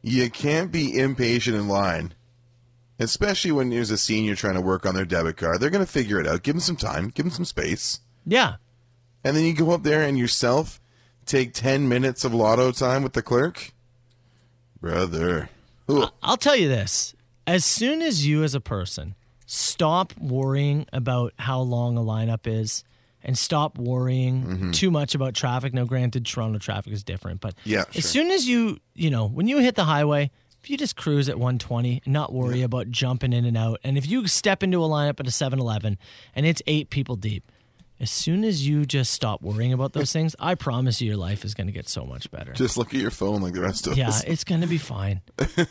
you can't be impatient in line, especially when there's a senior trying to work on their debit card. They're going to figure it out. Give them some time. Give them some space.
Yeah.
And then you go up there and yourself take 10 minutes of lotto time with the clerk. Brother. Ooh.
I'll tell you this: as soon as you, as a person, stop worrying about how long a lineup is, and stop worrying
Mm-hmm.
too much about traffic. Now, granted, Toronto traffic is different, but
Yeah, sure.
as soon as you, you know, when you hit the highway, if you just cruise at 120 and not worry about jumping in and out, and if you step into a lineup at a 7-Eleven and it's eight people deep. As soon as you just stop worrying about those things, I promise you your life is going to get so much better.
Just look at your phone like the rest of
Yeah,
us.
it's going to be fine.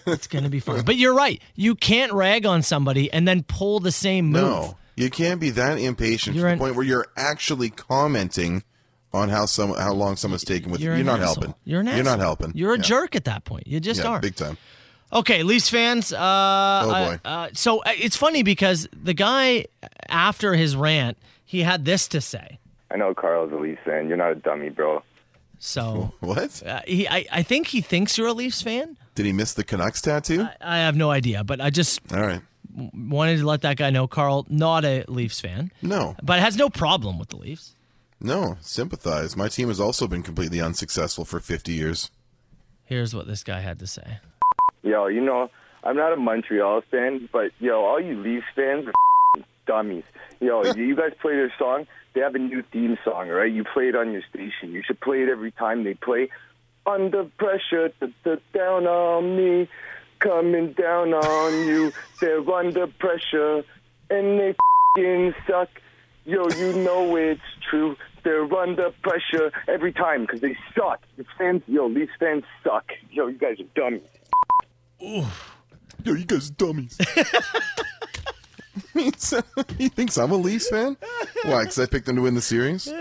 It's going to be fine. But you're right. You can't rag on somebody and then pull the same move.
No, you can't be that impatient
You're
to the
an-
point where you're actually commenting on how some how long someone's taking with you.
You're,
You're,
an
not
asshole.
helping.
You're an
You're
asshole.
not helping.
You're a
Yeah.
jerk at that point. You just
Yeah,
are.
Big time.
Okay, Leafs fans. Uh, oh
boy.
Uh, so uh, it's funny because the guy, after his rant, he had this to say.
I know Carl's a Leafs fan. You're not a dummy, bro.
So
What?
uh, he, I, I think he thinks you're a Leafs fan.
Did he miss the Canucks tattoo?
I have no idea, but I just
All right.
w- wanted to let that guy know, Carl, not a Leafs fan,
No,
but has no problem with the Leafs.
no. Sympathize. My team has also been completely unsuccessful for 50 years.
Here's what this guy had to say.
Yo, you know, I'm not a Montreal fan, but yo, all you Leafs fans are f***ing dummies. Yo, you guys play their song. They have a new theme song, right? You play it on your station. You should play it every time they play. Under pressure, da, da, down on me, coming down on you. They're under pressure, and they f***ing suck. Yo, you know it's true. They're under pressure every time because they suck. The fans, yo, Leafs fans suck. Yo, you guys are dummies.
Yo, you guys are dummies. he said- he thinks I'm a Leafs fan? Why? Because I picked them to win the series?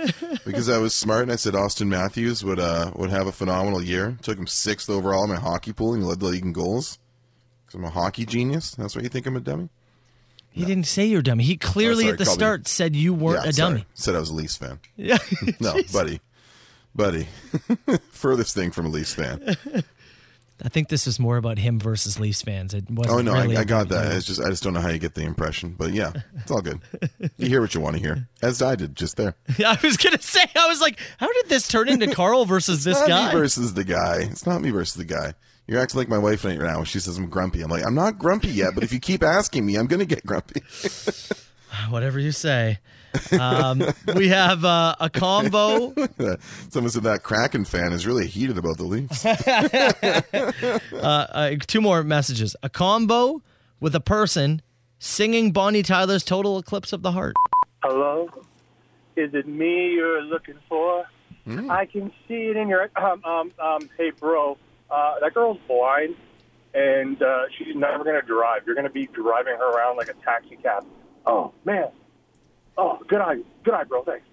Because I was smart and I said Austin Matthews would uh, would have a phenomenal year. Took him sixth overall in my hockey pool and he led the league in goals. Because I'm a hockey genius. That's why you think I'm a dummy?
He didn't say you're a dummy. He clearly
Oh, sorry,
at the
call me-
start said you weren't
Yeah,
a
sorry.
dummy.
Said I was a Leafs fan.
Yeah.
No, buddy. Buddy. Furthest thing from a Leafs fan.
I think this is more about him versus Leafs fans. It wasn't
Oh no,
really
I, I got
about
that.
you.
It's just I just don't know how you get the impression. But yeah, it's all good. You hear what you want to hear. As I did just there.
Yeah, I was gonna say. I was like, how did this turn into Carl versus this
not
guy?
me versus the guy. It's not me versus the guy. You're acting like my wife right now when she says I'm grumpy. I'm like, I'm not grumpy yet, but if you keep asking me, I'm going to get grumpy.
Whatever you say. Um, we have uh, a combo.
Someone said that Kraken fan is really heated about the Leafs.
Uh, uh, two more messages. A combo with a person singing Bonnie Tyler's "Total Eclipse of the Heart."
Hello? Is it me you're looking for?
Hmm.
I can see it in your. Um, um, um, hey, bro, uh, that girl's blind, and uh, she's never going to drive. You're going to be driving her around like a taxi cab. Oh, man. Oh, good eye, good eye, bro. Thanks.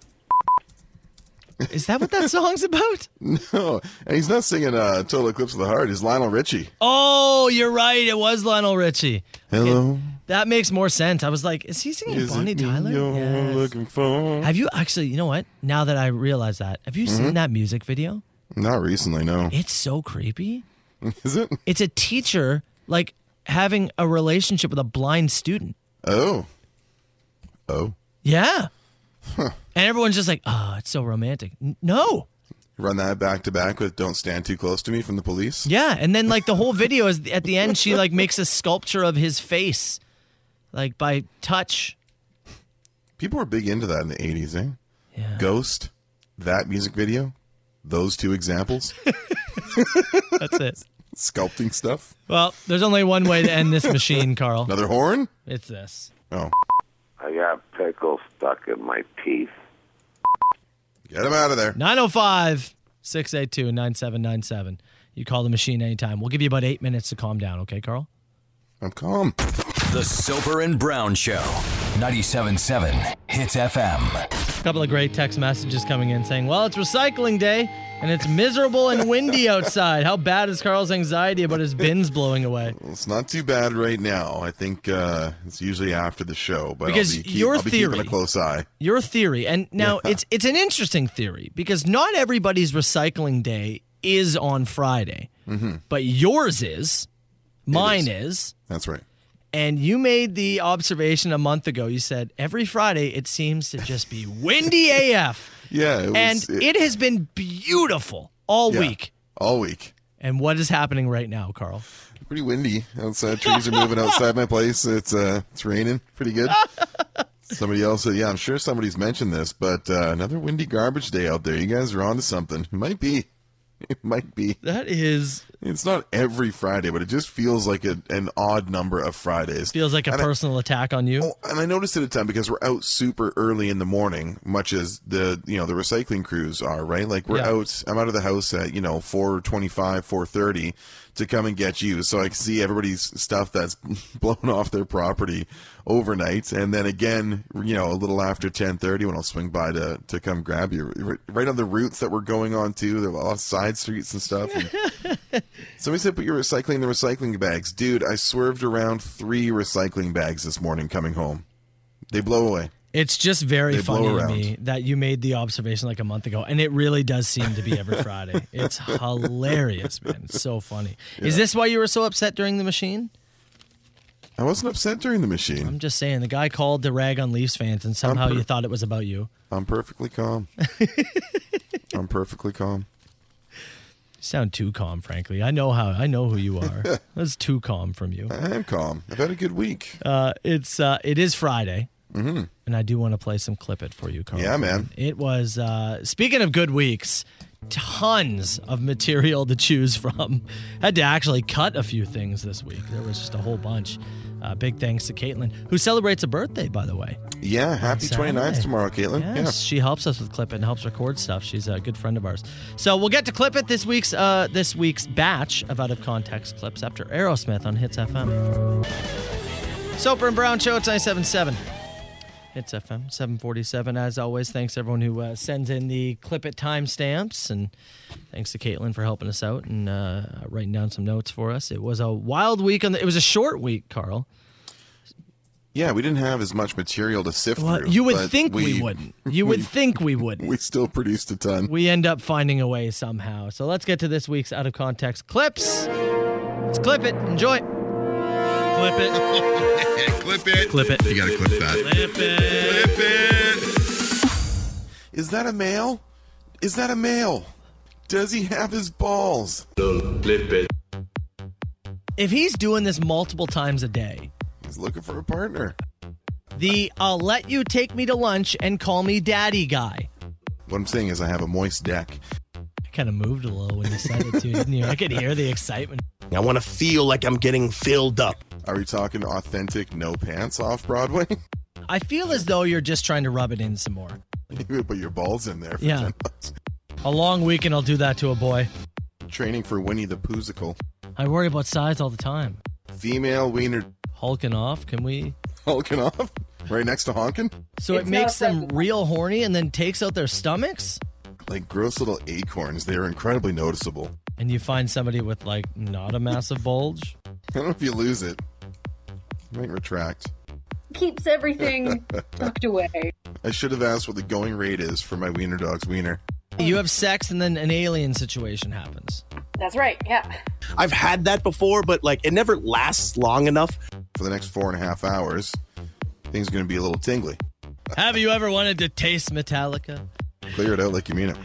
Is that what that song's about?
No, Oh, and he's not singing uh, "Total Eclipse of the Heart." He's Lionel Richie.
Oh, you're right. It was Lionel Richie.
Hello.
That makes more sense. I was like, is he singing
Is it me
Bonnie Tyler?
you're
Yes.
looking for?
Have you actually, you know what? Now that I realize that, have you
Mhm.
seen that music video?
Not recently, no.
It's so creepy.
Is it?
It's a teacher like having a relationship with a blind student.
Oh. Oh.
Yeah. And everyone's just like, oh, it's so romantic. N- No.
Run that back to back with "Don't Stand Too Close to Me" from the Police.
Yeah. And then like the whole video is at the end, she like makes a sculpture of his face, like by touch.
People were big into that in the '80s, eh? Yeah. Ghost, that music video, those two examples,
That's it.
sculpting stuff.
Well, there's only one way to end this machine, Carl.
Another horn?
It's this.
Oh.
I got pickles stuck in my teeth.
Get him out of there.
905 682 9797. You call the machine anytime. We'll give you about eight minutes to calm down, okay, Carl?
I'm calm.
The Soper and Brown Show. 97.7 Hits FM.
A couple of great text messages coming in saying, well, it's recycling day and it's miserable and windy outside. How bad is Carl's anxiety about his bins blowing away?
It's not too bad right now. I think uh, it's usually after the show, but
Because
I'll be, keep,
your
I'll be
theory-
keeping a close eye.
Your theory, and now it's it's an interesting theory because not everybody's recycling day is on Friday,
Mm-hmm.
but yours is, mine is.
That's right.
And you made the observation a month ago. You said every Friday it seems to just be windy AF.
Yeah, it was-
and
it-
it, has been beautiful all
Yeah,
week.
All week.
And what is happening right now, Carl?
Pretty windy outside. Trees are moving outside my place. It's uh, it's raining pretty good. Somebody else, said, yeah, I'm sure somebody's mentioned this, but uh, another windy garbage day out there. You guys are on to something. It might be. It might be.
That is.
It's not every Friday, but it just feels like a, an odd number of Fridays.
Feels like a
And I- Oh,
personal attack on you.
and I noticed it at the time because we're out super early in the morning, much as the you know the recycling crews are, right? Like we're
Yeah.
out. I'm out of the house at you know four twenty-five, four thirty to come and get you, so I can see everybody's stuff that's blown off their property overnight, and then again, you know, a little after ten thirty when I'll swing by to to come grab you, Right- right on the routes that we're going on to. There are a lot of side streets and stuff. and- Somebody said, put your recycling in the recycling bags. Dude, I swerved around three recycling bags this morning coming home. They blow away.
It's just very
They blow
funny to
around.
me that you made the observation like a month ago, and it really does seem to be every Friday. It's hilarious, man. It's so funny. Is this why you were so upset during the machine?
I wasn't upset during the machine.
I'm just saying, the guy called to rag on Leafs fans, and somehow you thought it was about you.
I'm perfectly calm. I'm perfectly calm.
You sound too calm, frankly. I know how. I know who you are. That's too calm from you.
I am calm. I've had a good week.
Uh, it's uh, it is Friday, and I do want to play some clip it for you, Carl.
Mm-hmm. Yeah, man.
It was uh, speaking of good weeks, tons of material to choose from. Had to actually cut a few things this week. There was just a whole bunch. Uh, big thanks to Caitlin, who celebrates a birthday, by the way.
Yeah, happy 29th tomorrow, Caitlin.
Yes, she helps us with Clip It and helps record stuff. She's a good friend of ours. So we'll get to Clip It this week's uh, this week's batch of out of context clips after Aerosmith on Hits FM. Soper and Brown Show, it's 977. Hits FM 747. As always, thanks to everyone who uh, sends in the Clip It timestamps. And thanks to Caitlin for helping us out and uh, writing down some notes for us. It was a wild week. On the, it was a short week, Carl.
Yeah, we didn't have as much material to sift
Well,
through.
you would
but
think we wouldn't. You would think we wouldn't.
We still produced a ton.
We end up finding a way somehow. So let's get to this week's out of context clips. Let's clip it. Enjoy. Clip it.
clip it.
Clip it.
You gotta clip that.
Clip it.
Clip it. Is that a male? Is that a male? Does he have his balls? Clip it.
If he's doing this multiple times a day,
He's looking for a partner.
the I'll let you take me to lunch and call me daddy guy.
What I'm saying is, I have a moist deck.
I kind of moved a little when you said it, too, didn't you? I could hear the excitement.
I want to feel like I'm getting filled up. Are we talking authentic no pants off Broadway?
I feel as though you're just trying to rub it in some more.
you put your balls in there. For
Yeah. A long week, and I'll do that to a boy.
Training for Winnie the Poohsicle.
I worry about size all the time.
Female wiener.
Hulking off? Can we?
Hulking off? Right next to honking?
So it makes them real horny and then takes out their stomachs?
Like gross little acorns. They are incredibly noticeable.
And you find somebody with like not a massive bulge? I
don't know if you lose it. You might retract.
Keeps everything tucked away.
I should have asked what the going rate is for my wiener dog's wiener.
You have sex and then an alien situation happens.
That's right. Yeah.
I've had that before, but like it never lasts long enough.
For the next four and a half hours, things are going to be a little tingly.
Have you ever wanted to taste Metallica?
Clear it out like you mean it.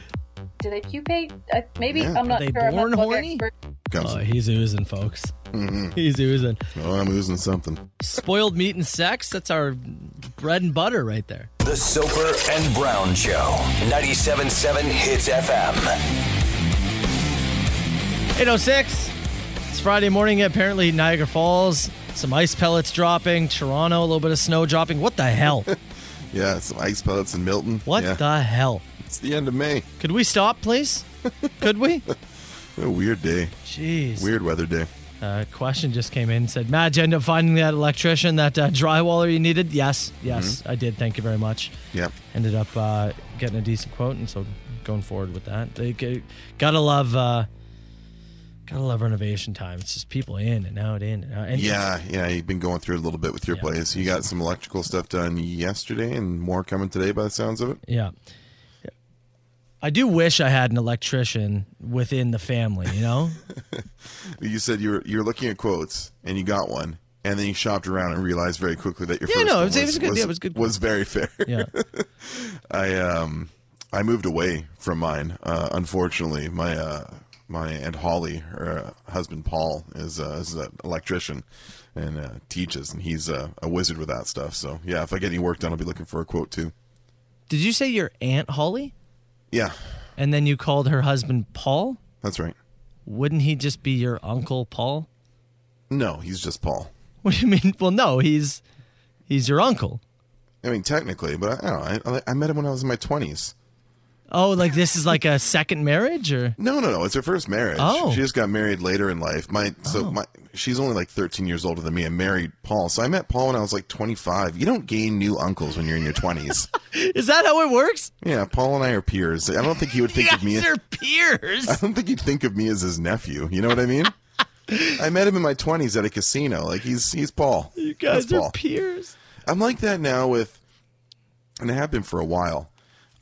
Do they pupate? Uh, maybe
Yeah.
I'm not
Are they
sure. I'm
born
not a bug
horny?
expert.
Comes-
Oh, he's oozing, folks.
Mhm.
He's oozing.
Oh, I'm oozing something.
Spoiled meat and sex, that's our bread and butter right there.
The Soper and Brown Show. 97.7 Hits FM.
806. It's Friday morning. Apparently, Niagara Falls, some ice pellets dropping, Toronto, a little bit of snow dropping. What the hell?
Yeah, some ice pellets in Milton.
What
Yeah.
the hell?
It's the end of May.
Could we stop, please? Could we?
What a weird day.
Jeez.
Weird weather day.
Uh, question just came in said, Matt, did you end up finding that electrician, that uh, drywaller you needed? Yes, yes,
Mm-hmm.
I did. Thank you very much.
Yep.
Ended up uh, getting a decent quote, and so going forward with that. They, g- gotta love, uh, gotta love renovation time. It's just people in and out, in and out. And
yeah, yeah, you've been going through it a little bit with your place. You got some electrical stuff done yesterday and more coming today by the sounds of it.
Yeah. I do wish I had an electrician within the family, you know?
You said you were you're looking at quotes and you got one and then you shopped around and realized very quickly that your
Yeah,
first
no, it
one
was- it was good.
was,
Yeah, it was good.
was very fair.
Yeah.
I um I moved away from mine. Uh, unfortunately, my uh my aunt Holly, her uh, husband Paul, is uh, is an electrician and uh, teaches, and he's uh, a wizard with that stuff. So yeah, if I get any work done, I'll be looking for a quote too.
Did you say your Aunt Holly?
Yeah,
And then you called her husband Paul?
that's right.
Wouldn't he just be your Uncle Paul?
No, he's just Paul.
What do you mean? Well, no, he's he's your uncle.
I mean, technically, but I don't know. I, I met him when I was in my twenties.
Oh, like this is like a second marriage or
No, no, no. It's her first marriage.
Oh.
She just got married later in life. My so my she's only like 13 years older than me and married Paul. So I met Paul when I was like 25. You don't gain new uncles when you're in your 20s.
Is that how it works?
yeah, Paul and I are peers. I don't think he would think of me
They're peers.
I don't think he'd think of me as his nephew. You know what I mean? I met him in my 20s at a casino. Like he's he's Paul.
You guys
That's
are
Paul.
peers.
I'm like that now with, and I have been for a while.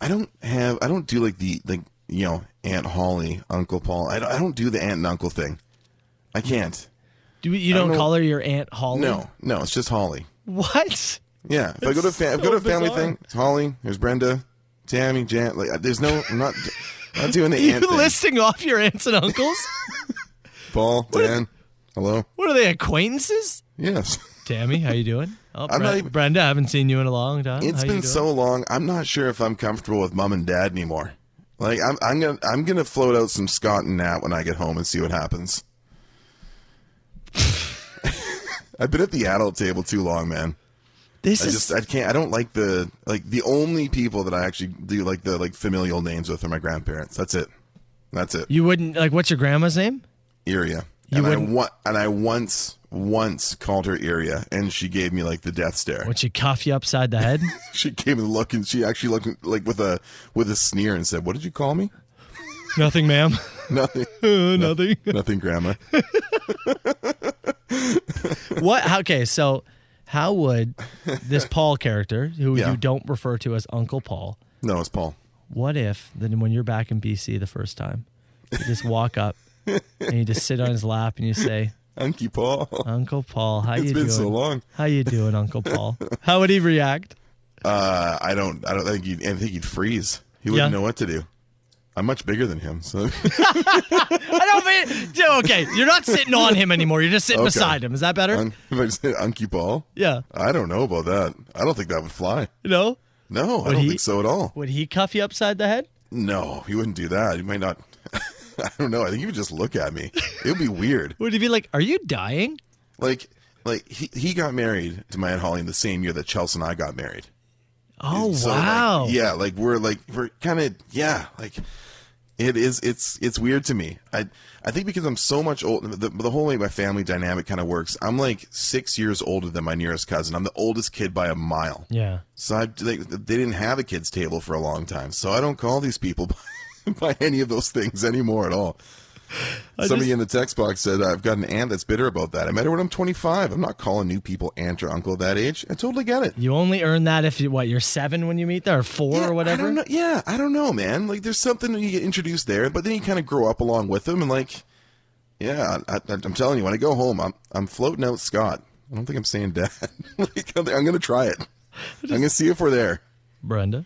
I don't have, I don't do like the, like, you know, Aunt Holly, Uncle Paul. I don't, I don't do the aunt and uncle thing. I can't.
Do you
I
don't,
don't know-
call her your Aunt Holly?
No, no, it's just Holly.
What?
Yeah. If I go to a, fa- if I go
so
to a family
bizarre.
thing, it's Holly, there's Brenda, Tammy, Jan. Like, there's no, I'm not, I'm not doing the
you
aunt thing.
listing off your aunts and uncles?
Paul, Dan, hello.
what are they acquaintances?
Yes.
Tammy, how you doing? Oh,
I'm not
Bre-
even-
Brenda, I haven't seen you in a long time.
It's
How you
been
doing?
so long. I'm not sure if I'm comfortable with mom and dad anymore. Like I'm, I'm gonna, I'm gonna float out some Scott and Nat when I get home and see what happens. I've been at the adult table too long, man.
This
I
is
just, I can't. I don't like the, like the only people that I actually do like the like familial names with are my grandparents. That's it. That's it.
you wouldn't like. What's your grandma's name?
Iria.
You
and I
wouldn't-
wa- and I once, once called her Iria, and she gave me like the death stare.
Would she cuff you upside the head?
She came and looked, and she actually looked like with a with a sneer and said, "What did you call me?"
Nothing, ma'am.
Nothing.
Uh, nothing.
Nothing, Grandma.
what? Okay, so how would this Paul character, who
Yeah.
you don't refer to as Uncle Paul,
No, it's Paul.
what if then when you're back in BC the first time, you just walk up and you just sit on his lap and you say,
Unky Paul.
"Uncle Paul, how
It's
you
been
doing?
so long."
How you doing, Uncle Paul? How would he react?
Uh, I don't. I don't think he'd. I think he'd freeze. He wouldn't
Yeah.
know what to do. I'm much bigger than him, so
I don't mean. dude, Okay, you're not sitting on him anymore. You're just sitting
Okay.
beside him. Is that better?
Un- if I just said Unky Paul,
yeah.
I don't know about that. I don't think that would fly.
No.
No, I
Would
don't
he-
think so at all.
Would he cuff you upside the head?
No, he wouldn't do that. He might not. I don't know. I think he would just look at me. It would be weird.
Would he be like, "Are you dying?"
Like, like he, he got married to my aunt Holly in the same year that Chelsea and I got married.
Oh
So, like,
wow!
yeah, like we're like we're kind of yeah, like It is. It's it's weird to me. I I think because I'm so much old. The, the whole way my family dynamic kind of works. I'm like six years older than my nearest cousin. I'm the oldest kid by a mile.
Yeah.
So I, they, they didn't have a kids table for a long time. So I don't call these people by, by any of those things anymore at all.
I
Somebody
just-
in the text box said, "I've got an aunt that's bitter about that. I met her when I'm 25. I'm not calling new people aunt or uncle at that age. I totally get it."
You only earn that if you what you're seven when you meet there, or four or
I
whatever.
don't know. Yeah, I don't know, man. Like, there's something that you get introduced there, but then you kind of grow up along with them, and like, yeah, I, I, I'm telling you, when I go home, I'm I'm floating out Scott. I don't think I'm saying dad. like, I'm, I'm gonna try it. I'm gonna see if we're there.
Brenda.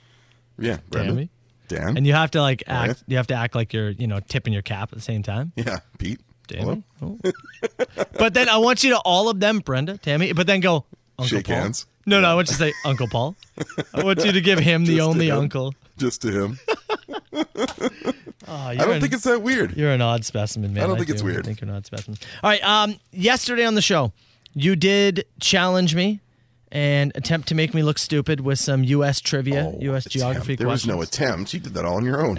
Yeah, Brenda.
Tammy?
Dan.
And you have to like
Ryan?
act. You have to act like you're you know tipping your cap at the same time.
Yeah, Pete.
Tammy. Oh. but then I want you to all of them, Brenda, Tammy. But then go Uncle
Shake
Paul.
hands.
No, no, I want you to say Uncle Paul. I want you to give him the
Just to
only
him.
uncle.
Just to him.
Oh,
I
you're
don't
an-
think it's that weird.
You're an odd specimen, man.
I don't think it's
do
weird.
think you're an odd specimen. All right. Um, yesterday on the show, you did challenge me and attempt to make me look stupid with some U.S. trivia, U.S. geography
Damn, Oh, there was
questions.
no attempt. You did that all on your own.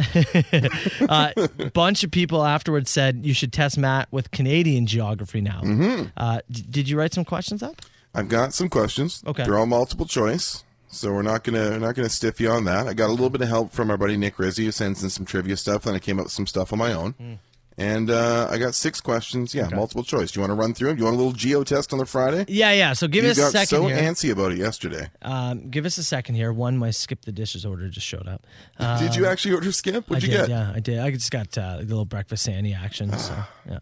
uh, bunch of people afterwards said you should test Matt with Canadian geography now.
Mm-hmm.
Uh, d- did you write some questions up?
I've got some questions.
Okay.
They're all multiple choice, so we're not gonna we're not gonna stiff you on that. I got a little bit of help from our buddy Nick Rizzi, who sends in some trivia stuff, and I came up with some stuff on my own.
Hmm.
And uh, I got six questions. Yeah, multiple choice. Do you want to run through them? Do you want a little geo test on the Friday?
Yeah, yeah. So give
you
us a
got
second
so
here.
antsy about it yesterday.
Um, give us a second here. One, my skip the dishes order just showed up.
did you
Um,
actually order skip? What'd
I
you
did,
get?
Yeah, I did. I just got uh, the little breakfast sandy action. So, yeah.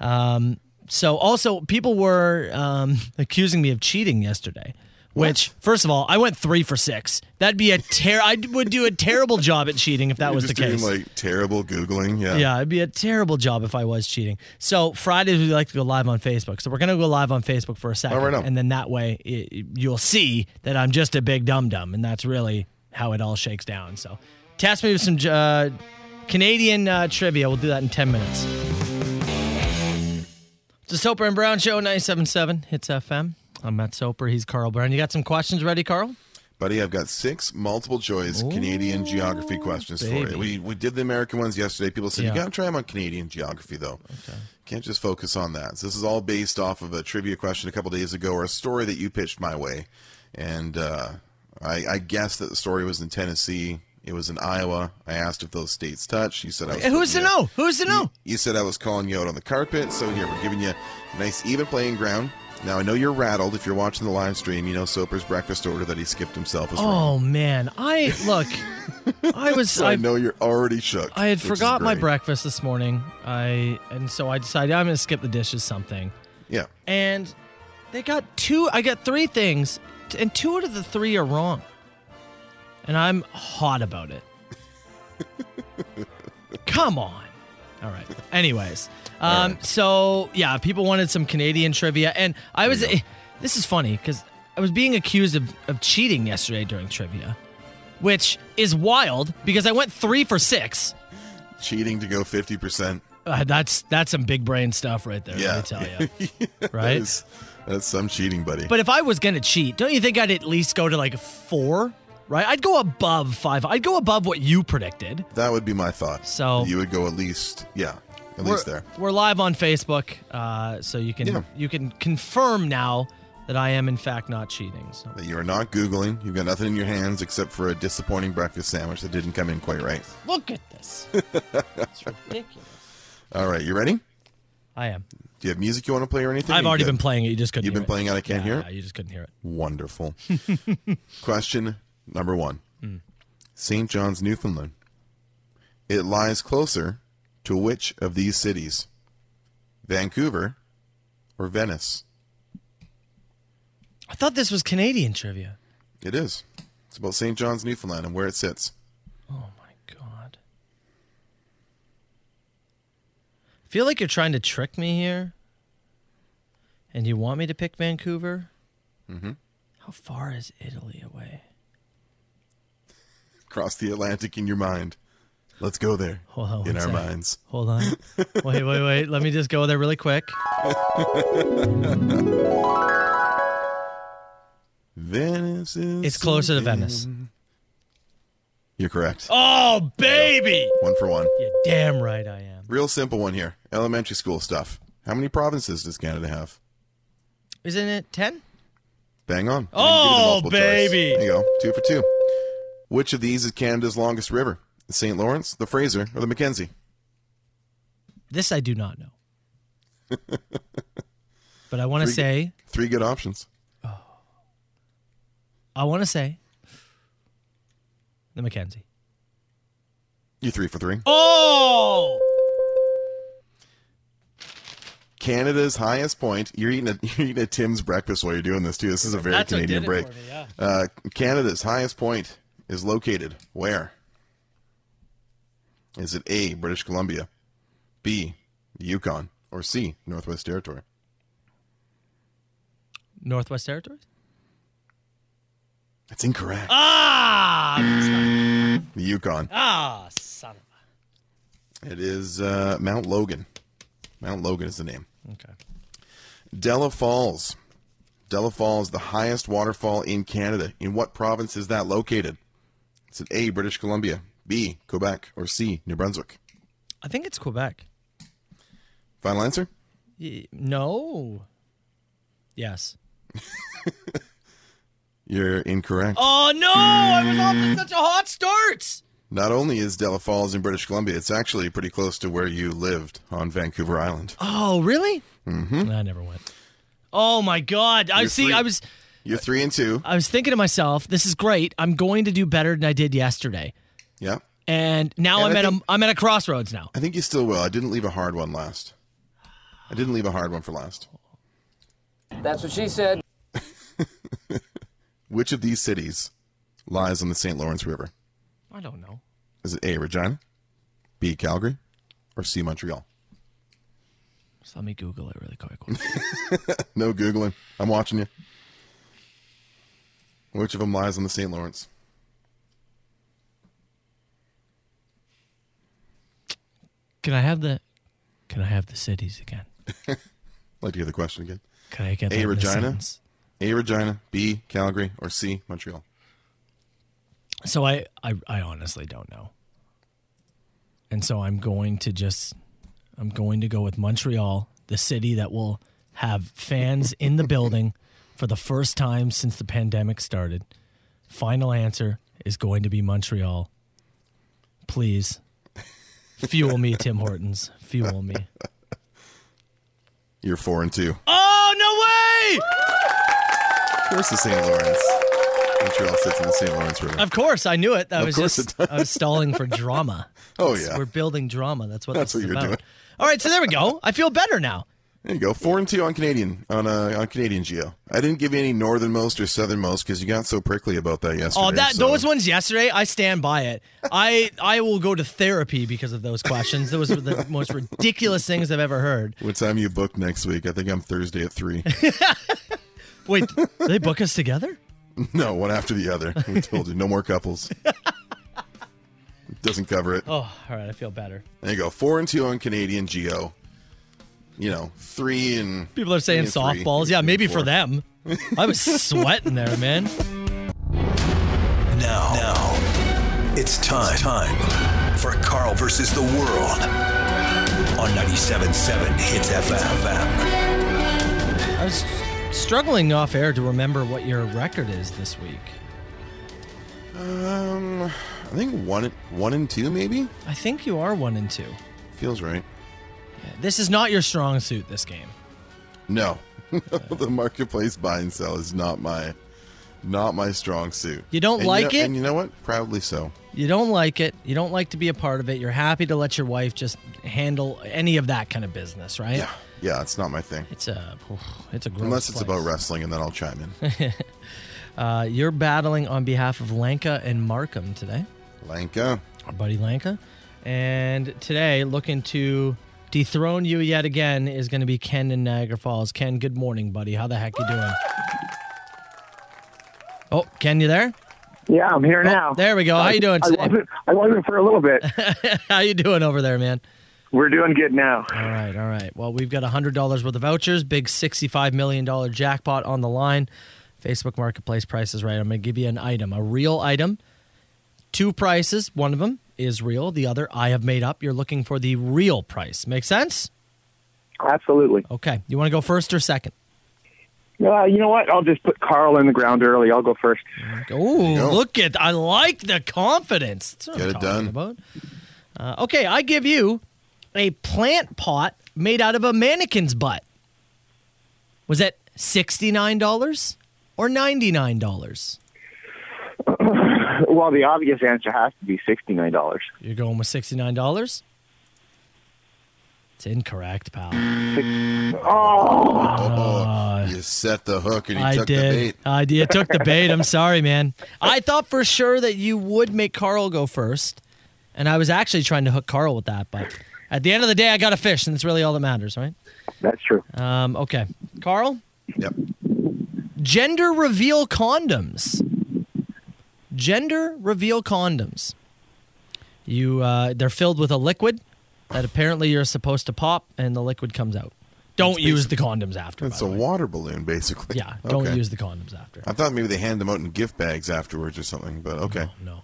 Um, so also, people were um, accusing me of cheating yesterday. Which, first of all, I went three for six. That'd be a ter. I would do a terrible job at cheating if that
You're
was the
just
case.
doing like terrible googling. Yeah.
Yeah, it'd be a terrible job if I was cheating. So Fridays we like to go live on Facebook. So we're gonna go live on Facebook for a second,
right on.
and then that way it, you'll see that I'm just a big dum dum, and that's really how it all shakes down. So test me with some uh, Canadian uh, trivia. We'll do that in ten minutes. It's the Soper and Brown Show, 97.7 Hits FM. I'm Matt Soper. He's Carl Brown. You got some questions ready, Carl?
Buddy, I've got six multiple choice Canadian geography questions for
baby.
you. We, we did the American ones yesterday. People said,
Yeah.
you got to try them on Canadian geography, though. Okay. Can't just focus on that. So this is all based off of a trivia question a couple days ago or a story that you pitched my way. And uh, I, I guessed that the story was in Tennessee. It was in Iowa. I asked if those states touch. You said I was
Who's to
putting you-
know? Who's to know?
you said I was calling you out on the carpet, so here we're giving you a nice even playing ground. Now I know you're rattled. If you're watching the live stream, you know Soper's breakfast order that he skipped himself is wrong.
Oh man, I look. I was.
So I know you're already shook.
I had
which is
forgot my
great.
breakfast this morning. I and so I decided I'm gonna skip the dishes something.
Yeah,
And they got two. I got three things, t- and two out of the three are wrong. And I'm hot about it. Come on. All right. Anyways, um, so yeah, people wanted some Canadian trivia, and I was. eh, This is funny because I was being accused of, of cheating yesterday during trivia, which is wild because I went three for six.
cheating to go fifty percent.
Uh, that's that's some big brain stuff right there.
Yeah,
Let me tell you.
That
Right?
is, that's some cheating, buddy.
But if I was gonna cheat, don't you think I'd at least go to like four? Right? I'd go above five. I'd go above what you predicted.
that would be my thought.
So-
you would go at least, yeah, at least there.
We're live on Facebook, uh, so you can
Yeah.
you can confirm now that I am in fact not cheating. So
That you are not googling. You've got nothing in your hands except for a disappointing breakfast sandwich that didn't come in quite right.
look at this. it's ridiculous.
All right, you ready?
I am.
Do you have music you want to play or anything?
I've
You
already
good?
been playing it. You just couldn't.
You've
hear
been playing it. I can't
Yeah,
hear it?
Yeah, you just couldn't hear it.
Wonderful. Question number one
Hmm.
St. John's, Newfoundland. It lies closer to which of these cities? Vancouver or Venice?
I thought this was Canadian trivia.
It is. It's about St. John's, Newfoundland and where it sits.
Oh my god. I feel like you're trying to trick me here. And you want me to pick Vancouver?
Mm-hmm.
How far is Italy away?
Across the Atlantic in your mind. Let's go there.
Hold on.
in
one
our
sec.
minds.
Hold on. wait, wait, wait. Let me just go there really quick.
Venice is.
It's closer
something.
to Venice.
You're correct.
Oh, baby.
One for one.
You're damn right I am.
Real simple one here. Elementary school stuff. How many provinces does Canada have?
Isn't it 10?
Bang on. I didn't give you the
Oh,
multiple choice.
baby.
There you go. Two for two. Which of these is Canada's longest river? The St. Lawrence, the Fraser, or the Mackenzie?
This I do not know. but I want to
Three-
say,
Three good options.
I want to say the Mackenzie.
You three for three.
Oh!
Canada's highest point. You're eating a you're eating a Tim's breakfast while you're doing this too. This is a very
That's what
Canadian
did it
break.
for me, yeah.
uh, Canada's highest point is located where? Is it A. British Columbia, B. the Yukon, or C. Northwest Territory?
Northwest Territories?
That's incorrect.
Ah!
The Yukon.
Ah, son of a.
It is uh, Mount Logan. Mount Logan is the name.
Okay.
Della Falls. Della Falls, the highest waterfall in Canada. In what province is that located? Is it A. British Columbia, B. Quebec, or C. New Brunswick?
I think it's Quebec.
Final answer.
Y- No. Yes.
You're incorrect.
Oh, no! I was off to such a hot start!
Not only is Della Falls in British Columbia, it's actually pretty close to where you lived on Vancouver Island.
Oh, really?
Mm-hmm.
I never went. Oh, my God. I
You're
see.
three-
I was.
You're three and two.
I was thinking to myself, this is great. I'm going to do better than I did yesterday.
Yeah.
And now
And
I'm
I
at
think-
a I'm at a crossroads now.
I think you still will. I didn't leave a hard one last. I didn't leave a hard one for last.
That's what she said.
Which of these cities lies on the St. Lawrence River?
I don't know.
Is it A, Regina, B, Calgary, or C, Montreal?
So let me Google it really quick.
no Googling. I'm watching you. Which of them lies on the St. Lawrence?
Can I have the Can I have the cities again?
I'd like to hear the question again.
Can I get that
A,
in a
Regina,
sentence?
A, Regina, B, Calgary, or C, Montreal?
So I I, I honestly don't know. And so I'm going to just I'm going to go with Montreal, the city that will have fans in the building for the first time since the pandemic started. Final answer is going to be Montreal. Please fuel me, Tim Hortons. Fuel me.
You're four and two.
Oh no way!
Of course, the St. Lawrence. Montreal sits in the St. Lawrence River.
Of course, I knew it. That
Of
was
course
just
it does.
I was stalling for drama.
Oh,
It's-
yeah.
we're building drama. That's what
That's what
this is
you're doing.
about. All right, so there we go. I feel better now.
There you go. Four and two on Canadian on uh, on Canadian Geo. I didn't give you any northernmost or southernmost because you got so prickly about that yesterday.
oh, that
so-
those ones yesterday. I stand by it. I I will go to therapy because of those questions. Those were the most ridiculous things I've ever heard.
What time you booked next week? I think I'm Thursday at three.
Wait, they book us together?
no, one after the other. We told you no more couples. Doesn't cover it.
Oh, all right. I feel better.
There you go. Four and two on Canadian Geo. You know, three and
People are saying
three and three.
softballs. Yeah,
Three and
maybe for
four.
them. I was sweating there, man.
Now, now, it's time, time for Carl versus the world on 97.7 Hits FM.
I was struggling off air to remember what your record is this week.
Um, I think one one and two maybe
I think you are one and two.
feels right.
This is not your strong suit. This game.
No, the marketplace buy and sell is not my not my strong suit.
You don't
And
like
know-
it?
and you know what? Proudly so.
You don't like it. You don't like to be a part of it. You're happy to let your wife just handle any of that kind of business, right?
Yeah, yeah, it's not my thing.
It's a, it's a gross
Unless it's
place.
about wrestling, and then I'll chime in.
Uh, you're battling on behalf of Lanka and Markham today,
Lanka,
our buddy Lanka, and today looking to dethrone you yet again is going to be Ken in Niagara Falls. Ken, good morning, buddy. How the heck you doing? Oh, Ken, you there? Oh,
Yeah, I'm here now.
There we go. How you doing
I
today?
wasn't, I wasn't for a little bit.
How you doing over there, man?
We're doing good now.
All right, all right. Well, we've got $100 worth of vouchers, big $65 million jackpot on the line. Facebook Marketplace price is right. I'm going to give you an item, a real item. two prices. One of them is real, the other I have made up. You're looking for the real price. Make sense?
Absolutely.
Okay. You want to go first or second?
Uh, you know what? I'll just put Carl in the ground early. I'll go first.
Oh, look at I like the confidence. That's what
Get
I'm
it
talking
done.
About. Uh, okay, I give you a plant pot made out of a mannequin's butt. Was that sixty nine dollars or ninety nine dollars?
well, the obvious answer has to be sixty-nine dollars.
You're going with sixty nine dollars. It's incorrect, pal.
Oh, you set the hook and you
Ah. I
took
did.
the bait.
I did. You took the bait. I'm sorry, man. I thought for sure that you would make Carl go first, and I was actually trying to hook Carl with that. But at the end of the day, I got a fish, and that's really all that matters, right?
That's true.
Um, okay, Carl.
Yep.
Gender reveal condoms. Gender reveal condoms. You, uh, they're filled with a liquid that apparently you're supposed to pop, and the liquid comes out. Don't
It's
use the
basic-
condoms after.
It's a water balloon, basically.
Yeah, don't
Okay.
use the condoms after.
I thought maybe they hand them out in gift bags afterwards or something, but okay.
Oh, No.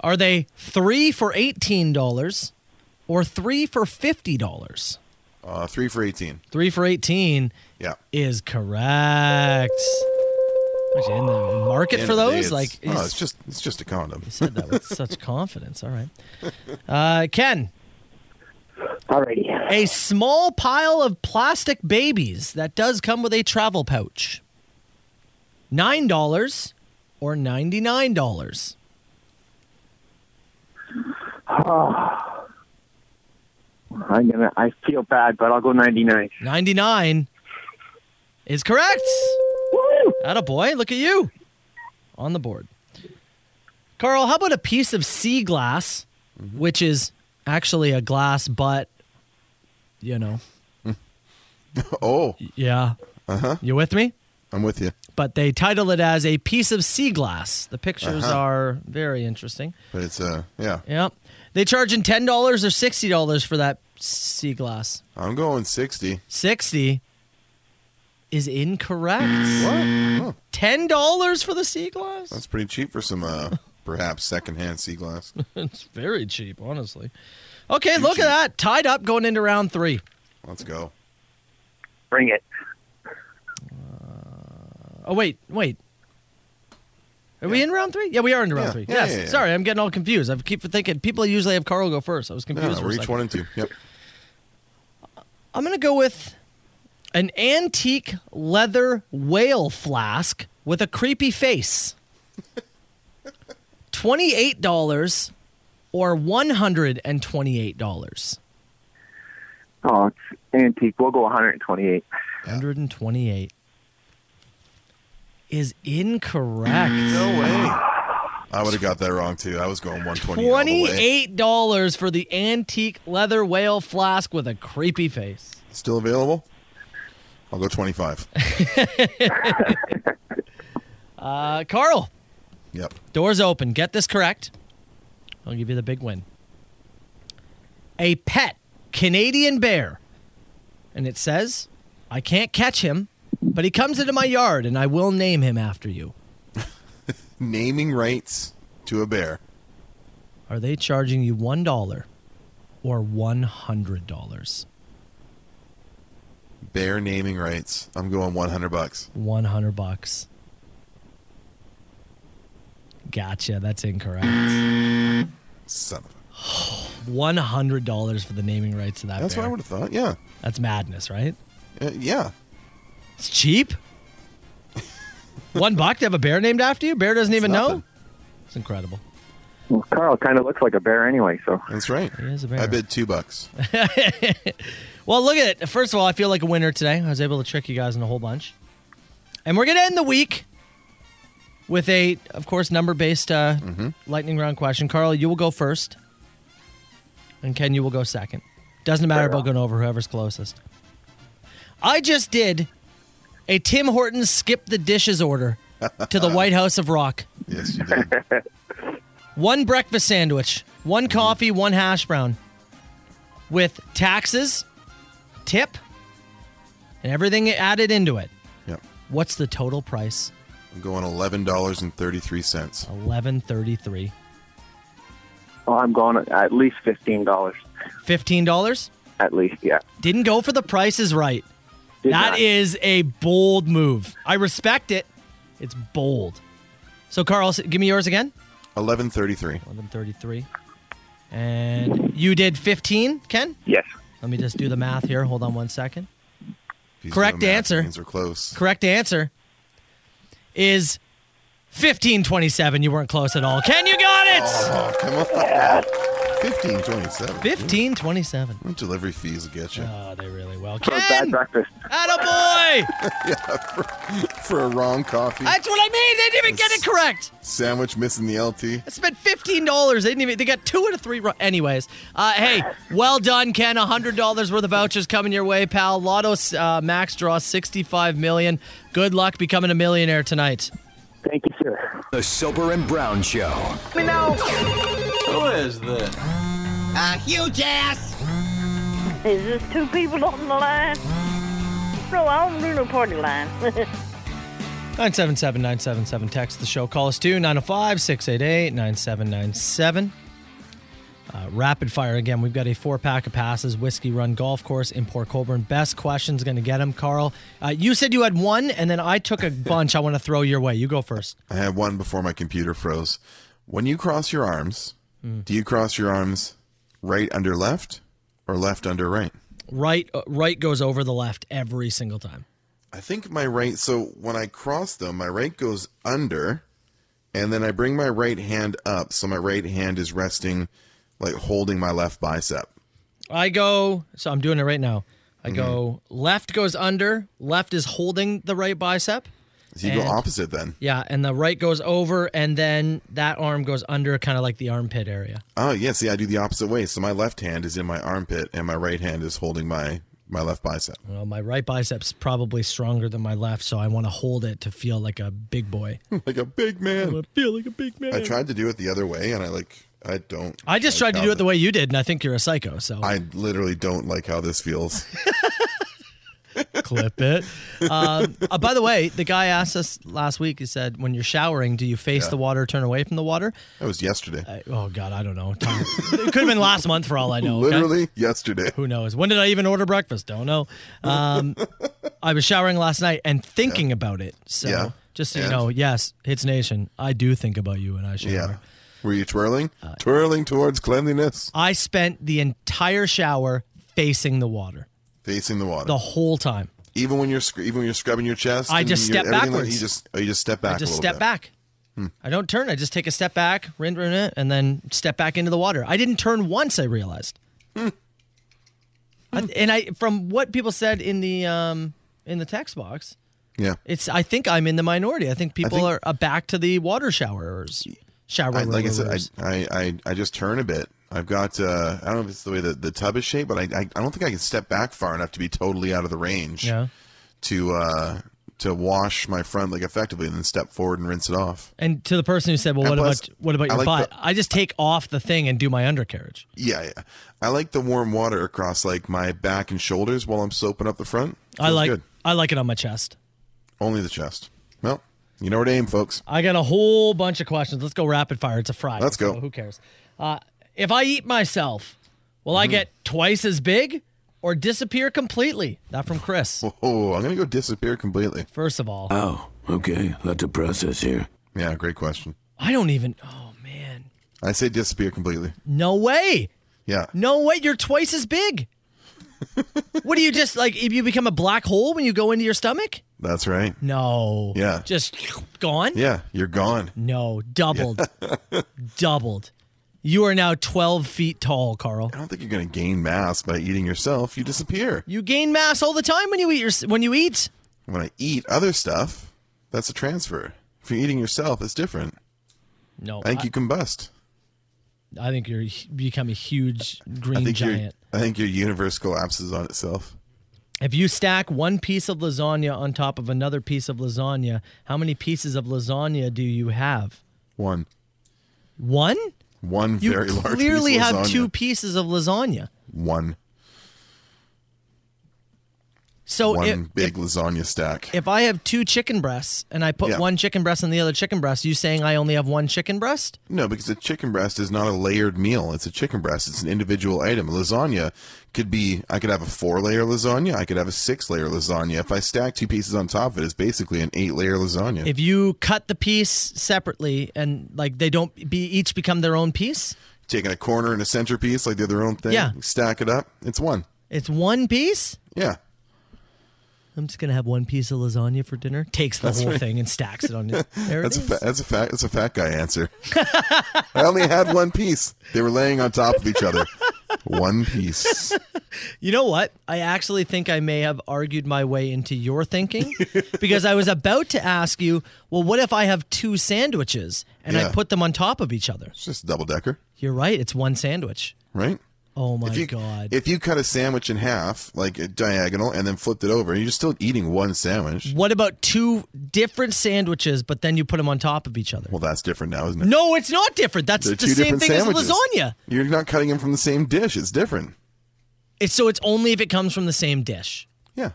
Are they three for eighteen dollars or three for fifty dollars?
Uh, three for 18.
Three for eighteen
yeah.
is correct. Actually, in the market
End
for
of the day,
those,
it's-
like
oh,
he's-
it's just it's just a condom.
he said that with such confidence. All right, uh, Ken.
Alrighty.
A small pile of plastic babies that does come with a travel pouch. Nine dollars or ninety nine dollars.
Ah. I'm gonna. I feel bad, but I'll go ninety-nine.
99 is correct. Atta boy, look at you on the board. Carl, how about a piece of sea glass,
Mm-hmm.
which is actually a glass, but you know,
oh.
yeah.
Uh huh.
You with me?
I'm with you.
But they title it as a piece of sea glass. The pictures
Uh-huh.
are very interesting.
But it's uh yeah.
Yep. They charging ten dollars or sixty dollars for that sea glass.
I'm going sixty.
Sixty is incorrect. Mm.
What? Oh.
Ten dollars for the sea glass?
That's pretty cheap for some uh perhaps secondhand sea glass.
it's very cheap, honestly. Okay, look at that. Tied up going into round three.
Let's go.
Bring it.
Oh, wait, wait. Are we in round three? Yeah, we are in round
Yeah,
three.
yeah,
yes.
yeah, yeah.
Sorry, I'm getting all confused. I keep thinking people usually have Carl go first. I was
Yeah,
confused. for
we're
a
each
second.
one and two. Yep.
I'm going to go with an antique leather whale flask with a creepy face. $28 or $128.
Oh, it's antique. We'll go one hundred and twenty-eight.
128 is incorrect. No
way. I would have got that wrong too. I was going one twenty.
Twenty-eight dollars for the antique leather whale flask with a creepy face.
Still available? I'll go twenty five.
Uh, Carl,
Yep.
doors open. Get this correct. I'll give you the big win. A pet Canadian bear, and it says, "I can't catch him, but he comes into my yard, and I will name him after you."
Naming rights to a bear.
Are they charging you one dollar or one hundred dollars?
Bear naming rights. I'm going one hundred bucks.
100 bucks. Gotcha. That's incorrect.
Son of
$100 for the naming rights to that
That's what
bear.
I would have thought. Yeah.
That's madness, right?
Uh, yeah.
It's cheap. One buck to have a bear named after you? Bear doesn't even know? It's incredible.
Well, Carl kind of looks like a bear anyway, so
that's right.
He is a bear.
I bid two bucks.
Well, look at it. First of all, I feel like a winner today. I was able to trick you guys in a whole bunch. And we're going to end the week with a, of course, number based uh, lightning round question. Carl, you will go first. And Ken, you will go second. Doesn't matter about going over whoever's closest. I just did a Tim Hortons skip the dishes order to the White House of Rock.
Yes, you did.
One breakfast sandwich, one
Mm-hmm.
coffee, one hash brown with taxes, tip, and everything added into it.
Yep.
What's the total price?
I'm going eleven dollars and thirty three cents.
Eleven thirty-three.
Oh, I'm going at least fifteen dollars.
Fifteen dollars?
At least, yeah.
Didn't go for the prices right. That
Did
is
not.
a bold move. I respect it. It's bold. So Carl, s- give me yours again.
Eleven thirty-three.
Eleven thirty-three. And you did fifteen, Ken?
Yes.
Let me just do the math here. Hold on one second. Correct answer.
Means we're close.
Correct answer is fifteen twenty-seven. You weren't close at all. Ken, you got it.
Oh, come on. Fifteen twenty-seven.
Fifteen twenty-seven.
Delivery fees will get you.
Oh, they really will.
Bad breakfast.
Attaboy!
yeah, for, for a wrong coffee.
That's what I mean. They didn't even get it correct.
Sandwich missing the LT.
I spent fifteen dollars. They didn't even. They got two out of three. Wrong. Anyways, uh, hey, well done, Ken. hundred dollars worth of vouchers coming your way, pal. Lotto uh, Max draw sixty-five million. Good luck becoming a millionaire tonight.
Thank you, sir.
The Soper and Brown Show.
me know. Who is this? A huge ass.
Is this two people on the line? No, I don't do no party line.
977 977 text the show. Call us too 905 688 9797. Uh, Rapid fire again. We've got a four pack of passes, Whiskey Run Golf Course in Port Colborne. Best questions going to get them, Carl. Uh, you said you had one, and then I took a bunch I want to throw your way. You go first.
I had one before my computer froze. When you cross your arms,
Mm.
do you cross your arms right under left or left under right?
Right, uh, right goes over the left every single time.
I think my right. So when I cross them, my right goes under, and then I bring my right hand up. So my right hand is resting, like holding my left bicep.
I go, so I'm doing it right now. I go left goes under, left is holding the right bicep.
So you go
and-
opposite then.
Yeah, and the right goes over, and then that arm goes under, kind of like the armpit area.
Oh yeah, see, I do the opposite way. So my left hand is in my armpit, and my right hand is holding my my left bicep.
Well, my right bicep's probably stronger than my left, so I want to hold it to feel like a big boy.
like a big man.
I feel like a big man.
I tried to do it the other way, and I like I don't.
I just
like
tried to
how
do it the way you did, and I think you're a psycho. So
I literally don't like how this feels.
clip it. Um, uh, by the way, the guy asked us last week. He said, "When you're showering, do you face
Yeah.
the water, or turn away from the water?"
That was yesterday.
oh God, I don't know. Time- it could have been last month for all I know. okay?
Literally yesterday.
Who knows? When did I even order breakfast? Don't know. Um, I was showering last night and thinking about it. So
Yeah.
just so you
And?
know, yes, Hits Nation, I do think about you when I shower.
Yeah. Were you twirling?
Uh,
twirling towards cleanliness,
I spent the entire shower facing the water
facing the water.
the whole time.
even when you're sc- even when you're scrubbing your chest,
I
and
just
your-
step
everything like-
backwards.
you just oh, you just step back.
I just
a little
step
bit.
back.
Hmm.
I don't turn. I just take a step back, rin, rin, rin, and then step back into the water. I didn't turn once. I realized.
Hmm.
I- and I, from what people said in the um, in the text box,
Yeah.
It's. I think I'm in the minority. I think people
think-
are, are back to the water showerers. Shower.
I, like I said, I, I, I, I just turn a bit. I've got uh, I don't know if it's the way the, the tub is shaped, but I, I I don't think I can step back far enough to be totally out of the range
Yeah.
to uh, to wash my front like effectively, and then step forward and rinse it off.
and to the person who said, "Well,
And
what
plus,
about what about
I
your
like
butt?" I just take off the thing and do my undercarriage.
Yeah, yeah. I like the warm water across like my back and shoulders while I'm soaping up the front.
I
Feels
like
good.
I like it on my chest.
only the chest. Well, you know where to aim, folks.
I got a whole bunch of questions. Let's go rapid fire. It's a Friday.
Let's go.
so who cares? Uh, if I eat myself, will I
Mhm.
get twice as big or disappear completely? That from Chris.
Oh, I'm gonna go disappear completely.
First of all,
Oh, okay. Let the process here.
Yeah, great question.
I don't even. oh,
I say disappear completely.
No way.
Yeah.
No way. You're twice as big. what do you just like? If you become a black hole when you go into your stomach?
That's right.
No.
Yeah.
Just gone?
Yeah, you're gone.
No, doubled. doubled. You are now 12 feet tall, Carl.
I don't think you're going to gain mass by eating yourself. You disappear.
You gain mass all the time when you eat your, when you eat.
When I eat other stuff, that's a transfer. If you're eating yourself, it's different.
No,
I think
I-
you combust.
I think you're you become a huge
I
green
think your
giant.
I think your universe collapses on itself.
If you stack one piece of lasagna on top of another piece of lasagna, how many pieces of lasagna do you have?
One.
One?
One
You
very large.
clearly
piece of
have
lasagna.
two pieces of lasagna.
One.
So
one
if-
big lasagna stack.
If I have two chicken breasts and I put
Yeah.
one chicken breast on the other chicken breast, you saying I only have one chicken breast?
No, because a chicken breast is not a layered meal. It's a chicken breast. It's an individual item. Lasagna could be I could have a four layer lasagna, I could have a six layer lasagna. If I stack two pieces on top of it, it's basically an eight layer lasagna.
If you cut the piece separately and like they don't be each become their own piece,
Taking a corner and a centerpiece like they're their own thing.
Yeah.
Stack it up. It's one.
it's one piece.
Yeah.
I'm just gonna have one piece of lasagna for dinner. Takes the
That's
whole
right.
thing and stacks it on. There it
that's a
is.
fa- that's a fat that's a fat guy answer. I only had one piece. They were laying on top of each other. One piece.
You know what? I actually think I may have argued my way into your thinking because I was about to ask you, well, what if I have two sandwiches and
Yeah.
I put them on top of each other? It's
just a double decker.
You're right. It's one sandwich.
Right?
Oh my
if you,
God.
If you cut a sandwich in half, like a diagonal, and then flipped it over, you're still eating one sandwich.
What about two different sandwiches, but then you put them on top of each other?
Well, that's different now, isn't it?
No, it's not different. That's
They're
the
two
same
different
thing
sandwiches.
as lasagna.
You're not cutting them from the same dish. It's different.
It's, so it's only if it comes from the same dish.
Yeah.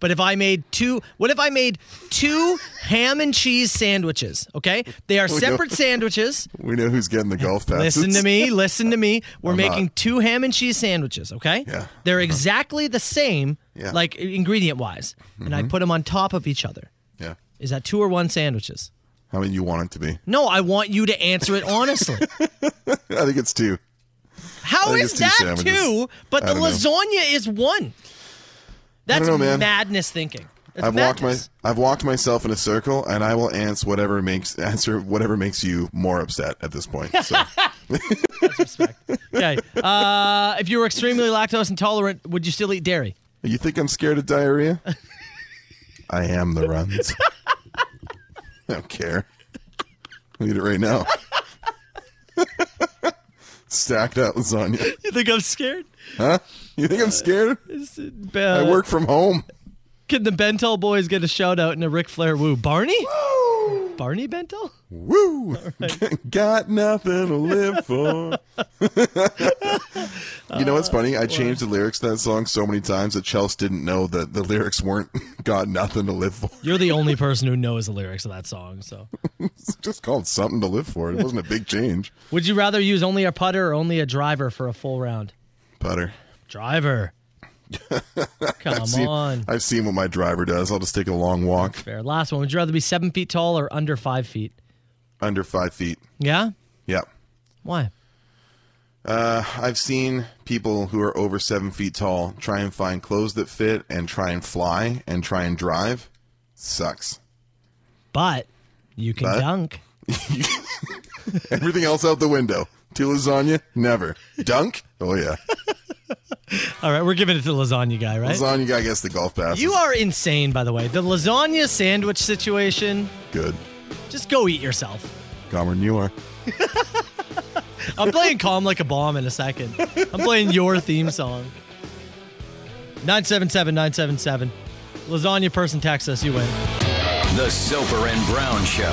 But if I made two, what if I made two ham and cheese sandwiches? Okay, they are
We know-
separate sandwiches.
We know who's getting the golf passes.
Listen to me. Listen to me. We're
Uh, I'm uh, not.
making two ham and cheese sandwiches, okay? Yeah. They're exactly the same,
Yeah.
like ingredient wise. And I
Mhm.
put them on top of each other.
Yeah.
Is that two or one sandwiches?
How many you want it to be?
No, I want you to answer it honestly.
I think it's two. I
How
think
is
it's two
that
sandwiches.
two, but
I
the
don't know.
lasagna is one? That's
know, man.
madness thinking. That's
I've
madness.
walked my I've walked myself in a circle, and I will answer whatever makes answer whatever makes you more upset at this point. So
Okay. Uh, if you were extremely lactose intolerant, would you still eat dairy?
you think I'm scared of diarrhea? I am the runs. I don't care. I'll eat it right now. Stacked out lasagna.
You think I'm scared?
Huh? You think I'm scared?
Uh,
I work from home.
Can the Bentel boys get a shout out and a Ric Flair woo? Barney? Barney Bentel?
Woo! Got nothing to live for. you know what's funny?
Oh,
I changed the lyrics to that song so many times that Chelsea didn't know that the lyrics weren't "Got Nothing to Live For."
You're the only person who knows the lyrics of that song. So,
It's just called "Something to Live For." It wasn't a big change.
would you rather use only a putter or only a driver for a full round?
Butter.
Driver. Come
I've seen,
on.
I've seen what my driver does. I'll just take a long walk
Fair. Last one. Would you rather be seven feet tall or under five feet?
under five feet.
Yeah.
Yeah.
Why?
Uh, I've seen people who are over seven feet tall try and find clothes that fit and try and fly and try and drive. Sucks.
But you can
But-
dunk.
Everything else out the window. Two lasagna, never. Dunk? Oh yeah.
All right, we're giving it to the lasagna guy, right?
Lasagna guy gets the golf pass.
You are insane, by the way. The lasagna sandwich situation.
good.
Just go eat yourself.
Common you are.
I'm playing Calm Like a Bomb in a second. I'm playing your theme song. 977 977. Lasagna person text us, you win.
The Soper and Brown Show.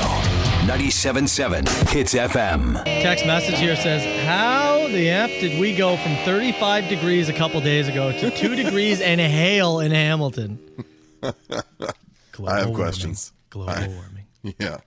97.7 Hits FM.
Text message here says, How the F did we go from 35 degrees a couple days ago to 2 degrees and hail in Hamilton?
I have
warming.
questions. Global
warming.
Yeah.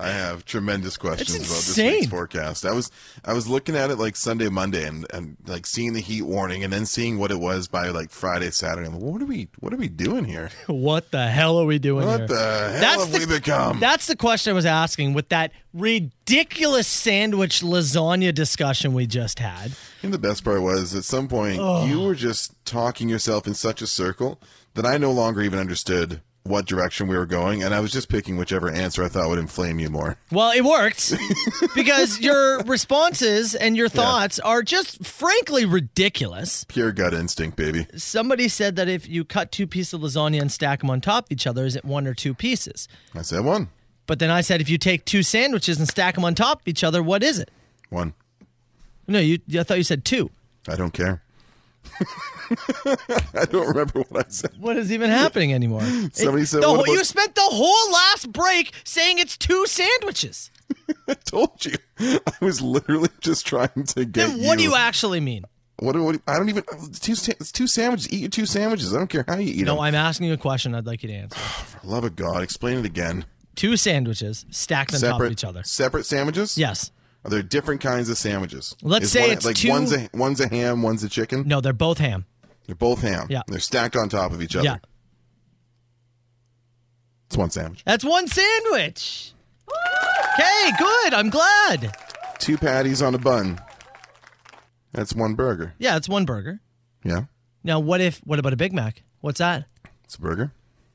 I have tremendous questions about this week's
insane.
forecast. I was I was looking at it like Sunday, Monday and, and like seeing the heat warning and then seeing what it was by like Friday, Saturday. I'm like, what are we what are we doing here?
What the hell are we doing
What
here?
the hell have we become?
That's the question I was asking with that ridiculous sandwich lasagna discussion we just had.
And the best part was at some point
Ugh.
you were just talking yourself in such a circle that I no longer even understood what direction we were going, and I was just picking whichever answer I thought would inflame you more.
Well, it worked because your responses and your thoughts are just frankly ridiculous.
Pure gut instinct, baby.
Somebody said that if you cut two pieces of lasagna and stack them on top of each other, is it one or two pieces?
I said one.
But then I said, if you take two sandwiches and stack them on top of each other, what is it?
One.
No, you. I thought you said two.
I don't care. I don't remember what I said.
What is even happening anymore?
Somebody
It-
said
the
what
whole-
about-
you spent the whole last break saying it's two sandwiches.
I told you. I was literally just trying to get
Then what do
you
you actually mean?
What, what? I don't even. It's two, sa- it's two sandwiches. Eat your two sandwiches. I don't care how you eat
no,
them.
I'm asking you a question. I'd like you to answer.
For love of God, explain it again.
Two sandwiches stacked on top of each other.
Separate sandwiches?
Yes.
Are there different kinds of sandwiches?
Let's say
one,
it's
like
two-
one's a one's a ham, one's a chicken.
No, they're both ham.
They're both ham.
Yeah.
They're stacked on top of each other.
Yeah.
It's one sandwich.
That's one sandwich. Okay, good. I'm glad.
Two patties on a bun. That's one burger.
Yeah, it's one burger.
Yeah.
Now, what if? What about a Big Mac? What's that?
It's a burger.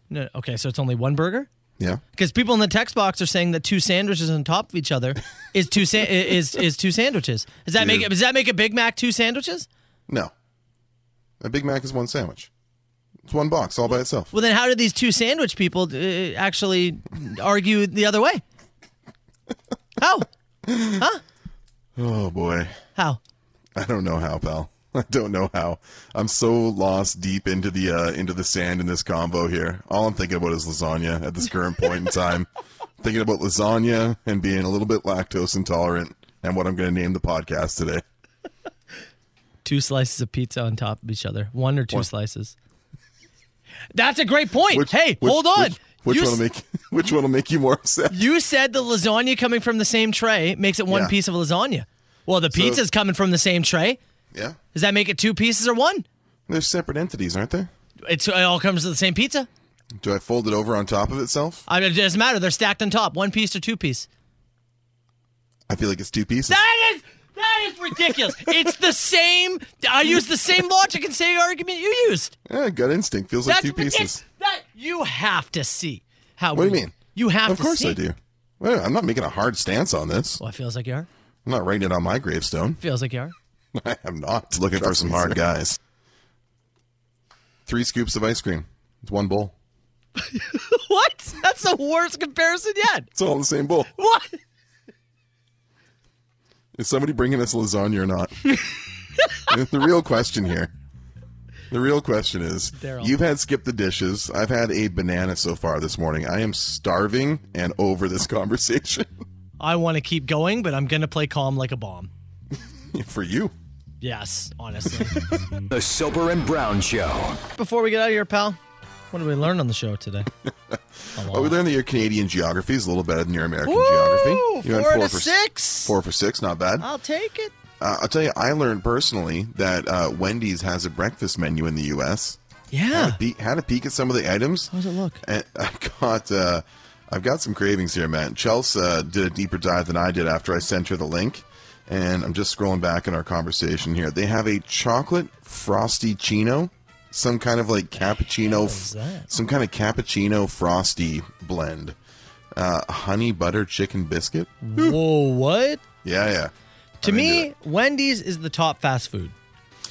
No, okay, so it's only one burger.
Yeah.
Because people in the text box are saying that two sandwiches on top of each other is two sa- is is two sandwiches. Does that make it? Does that make a Big Mac two sandwiches?
No. A Big Mac is one sandwich. It's one box all by itself.
Well, then how do these two sandwich people uh, actually argue the other way? How? Huh?
Oh boy.
How?
I don't know how, pal. I don't know how. I'm so lost deep into the uh, into the sand in this combo here. All I'm thinking about is lasagna at this current point in time. thinking about lasagna and being a little bit lactose intolerant and what I'm going to name the podcast today.
Two slices of pizza on top of each other. One or two
One.
slices. That's a great point. hey,
Which-
hold on.
Which, which
You
one will
s-
make which one will make you more upset?
You said the lasagna coming from the same tray makes it one
Yeah.
piece of lasagna. Well, the
So-
pizza's coming from the same tray.
Yeah.
Does that make it two pieces or one?
They're separate entities, aren't they?
It's, it all comes to the same pizza.
Do I fold it over on top of itself?
I, it doesn't matter. They're stacked on top, one piece or two piece.
I feel like it's two pieces.
That is that is ridiculous. it's the same. I used the same logic and same argument you used.
Yeah, gut instinct feels like two
ridic-
pieces.
That you have to see how.
What do you
we-
mean?
You have
of
to.
course
see.
I do. Well, I'm not making a hard stance on this.
Well, it feels like you are.
I'm not writing it on my gravestone.
Feels like you are.
I am not looking for some hard guys. Three scoops of ice cream. It's one bowl.
what? That's the worst comparison yet.
It's all in the same bowl.
What?
Is somebody bringing us lasagna or not? the real question here. The real question is
Daryl.
you've had skip the dishes. I've had a banana so far this morning. I am starving and over this conversation
I want to keep going, but I'm gonna play calm like a bomb.
for you.
Yes, honestly.
The Soper and Brown Show.
Before we get out of here, pal, what did we learn on the show today?
Oh, we learned that your Canadian geography is a little better than your American
Woo!
geography. You went
Four to
for-
six.
Four for six, not bad.
I'll take it.
Uh, I'll tell you, I learned personally that uh, Wendy's has a breakfast menu in the U.S.
Yeah.
Had a peek, had a peek at some of the items.
How does it look?
And I got, uh, I've got some cravings here, man. Chelsea uh, did a deeper dive than I did after I sent her the link, and I'm just scrolling back in our conversation here. They have a chocolate frosty chino, some kind of like cappuccino,
is that?
some kind of cappuccino frosty blend, uh, honey butter chicken biscuit.
Whoa, what?
Yeah, yeah.
Mm. To me, Wendy's is the top fast food.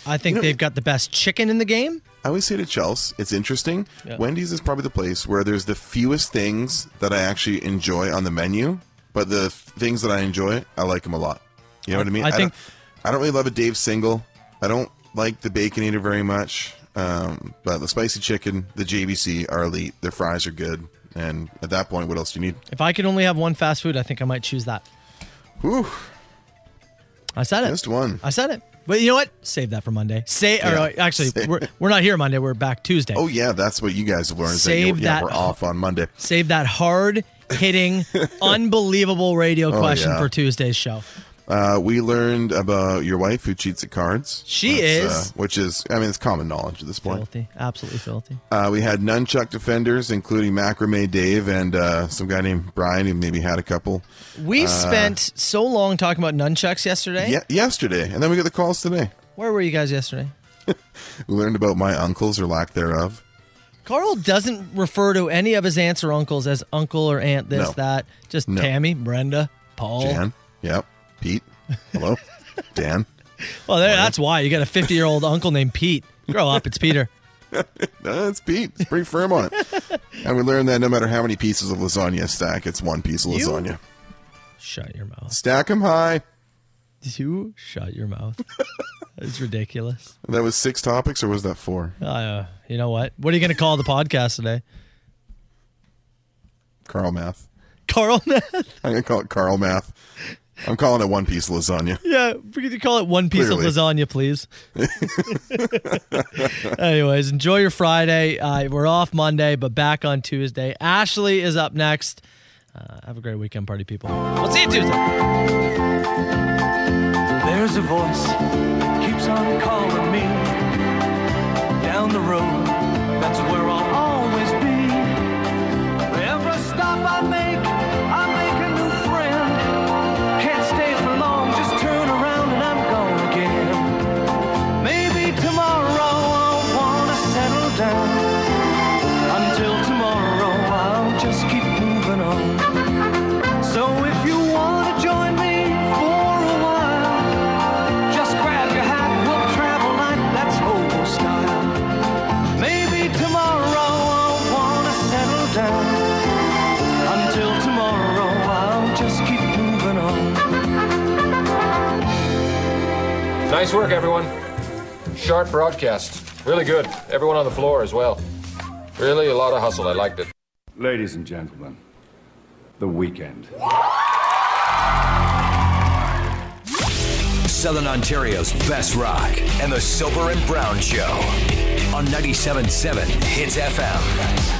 I
You
think
know-
they've got the best chicken in the game.
I always say to Chelsea, it's interesting.
Yeah.
Wendy's is probably the place where there's the fewest things that I actually enjoy on the menu, but the f- things that I enjoy, I like them a lot. You know what I mean?
I think-
don't, I don't really love a Dave's single. I don't like the Baconator very much, um, but the spicy chicken, the JBC are elite. Their fries are good, and at that point, what else do you need?
If I could only have one fast food, I think I might choose that.
Whew,
I said it.
just one.
I said it. But you know what? Save that for Monday. Say or
Yeah.
uh, actually,
Save-
we're, we're not here Monday. We're back Tuesday.
Oh yeah, that's what you guys have learned. is that, you-
Save
yeah,
that-
we're off on Monday.
Save that hard hitting, unbelievable radio
Oh,
question
yeah.
for Tuesday's show.
Uh, we learned about your wife who cheats at cards.
She is.
uh, which is, I mean, it's common knowledge at this point.
Filthy, absolutely filthy.
Uh, we had nunchuck defenders, including macrame Dave and uh, some guy named Brian, who maybe had a couple.
We
Uh,
spent so long talking about nunchucks yesterday.
ye- yesterday, and then we got the calls today.
Where were you guys yesterday?
We learned about my uncles or lack thereof.
Carl doesn't refer to any of his aunts or uncles as uncle or aunt this
No.
that. Just
No.
Tammy, Brenda, Paul.
Jan, yep, Pete, hello, Dan.
Well, Oh, there, that's why you got a 50 year old uncle named Pete. Grow up, it's Peter.
No, it's Pete. It's pretty firm on it. and we learned that no matter how many pieces of lasagna stack, it's one piece of
You-
lasagna.
Shut your mouth.
Stack 'em high.
You shut your mouth. It's ridiculous.
That was six topics, or was that four?
Uh, you know what? What are you going to call the podcast today?
Carl Math.
Carl Math?
I'm gonna call it Carl Math. I'm calling it one piece lasagna.
Yeah, could you call it one piece
Clearly.
of lasagna, please? Anyways, enjoy your Friday. Uh, we're off Monday, but back on Tuesday. Ashley is up next. Uh, have a great weekend, party people. We'll see you Tuesday.
There's a voice keeps on calling me down the road. That's where I'll always be. Every stop I make, I make a new friend. Can't stay for long, just turn around and I'm gone again. Maybe tomorrow I'll wanna settle down. Until tomorrow I'll just keep moving on. So if you wanna join me for a while. Just grab your hat, we'll travel like that's old style. Maybe tomorrow I'll wanna settle down. Until tomorrow I'll just keep moving on.
Nice work, everyone. Sharp broadcast. Really good. Everyone on the floor as well. Really a lot of hustle. I liked it.
Ladies and gentlemen, the weekend.
Southern Ontario's best rock and the Silver and Brown Show on 97.7 Hits FM.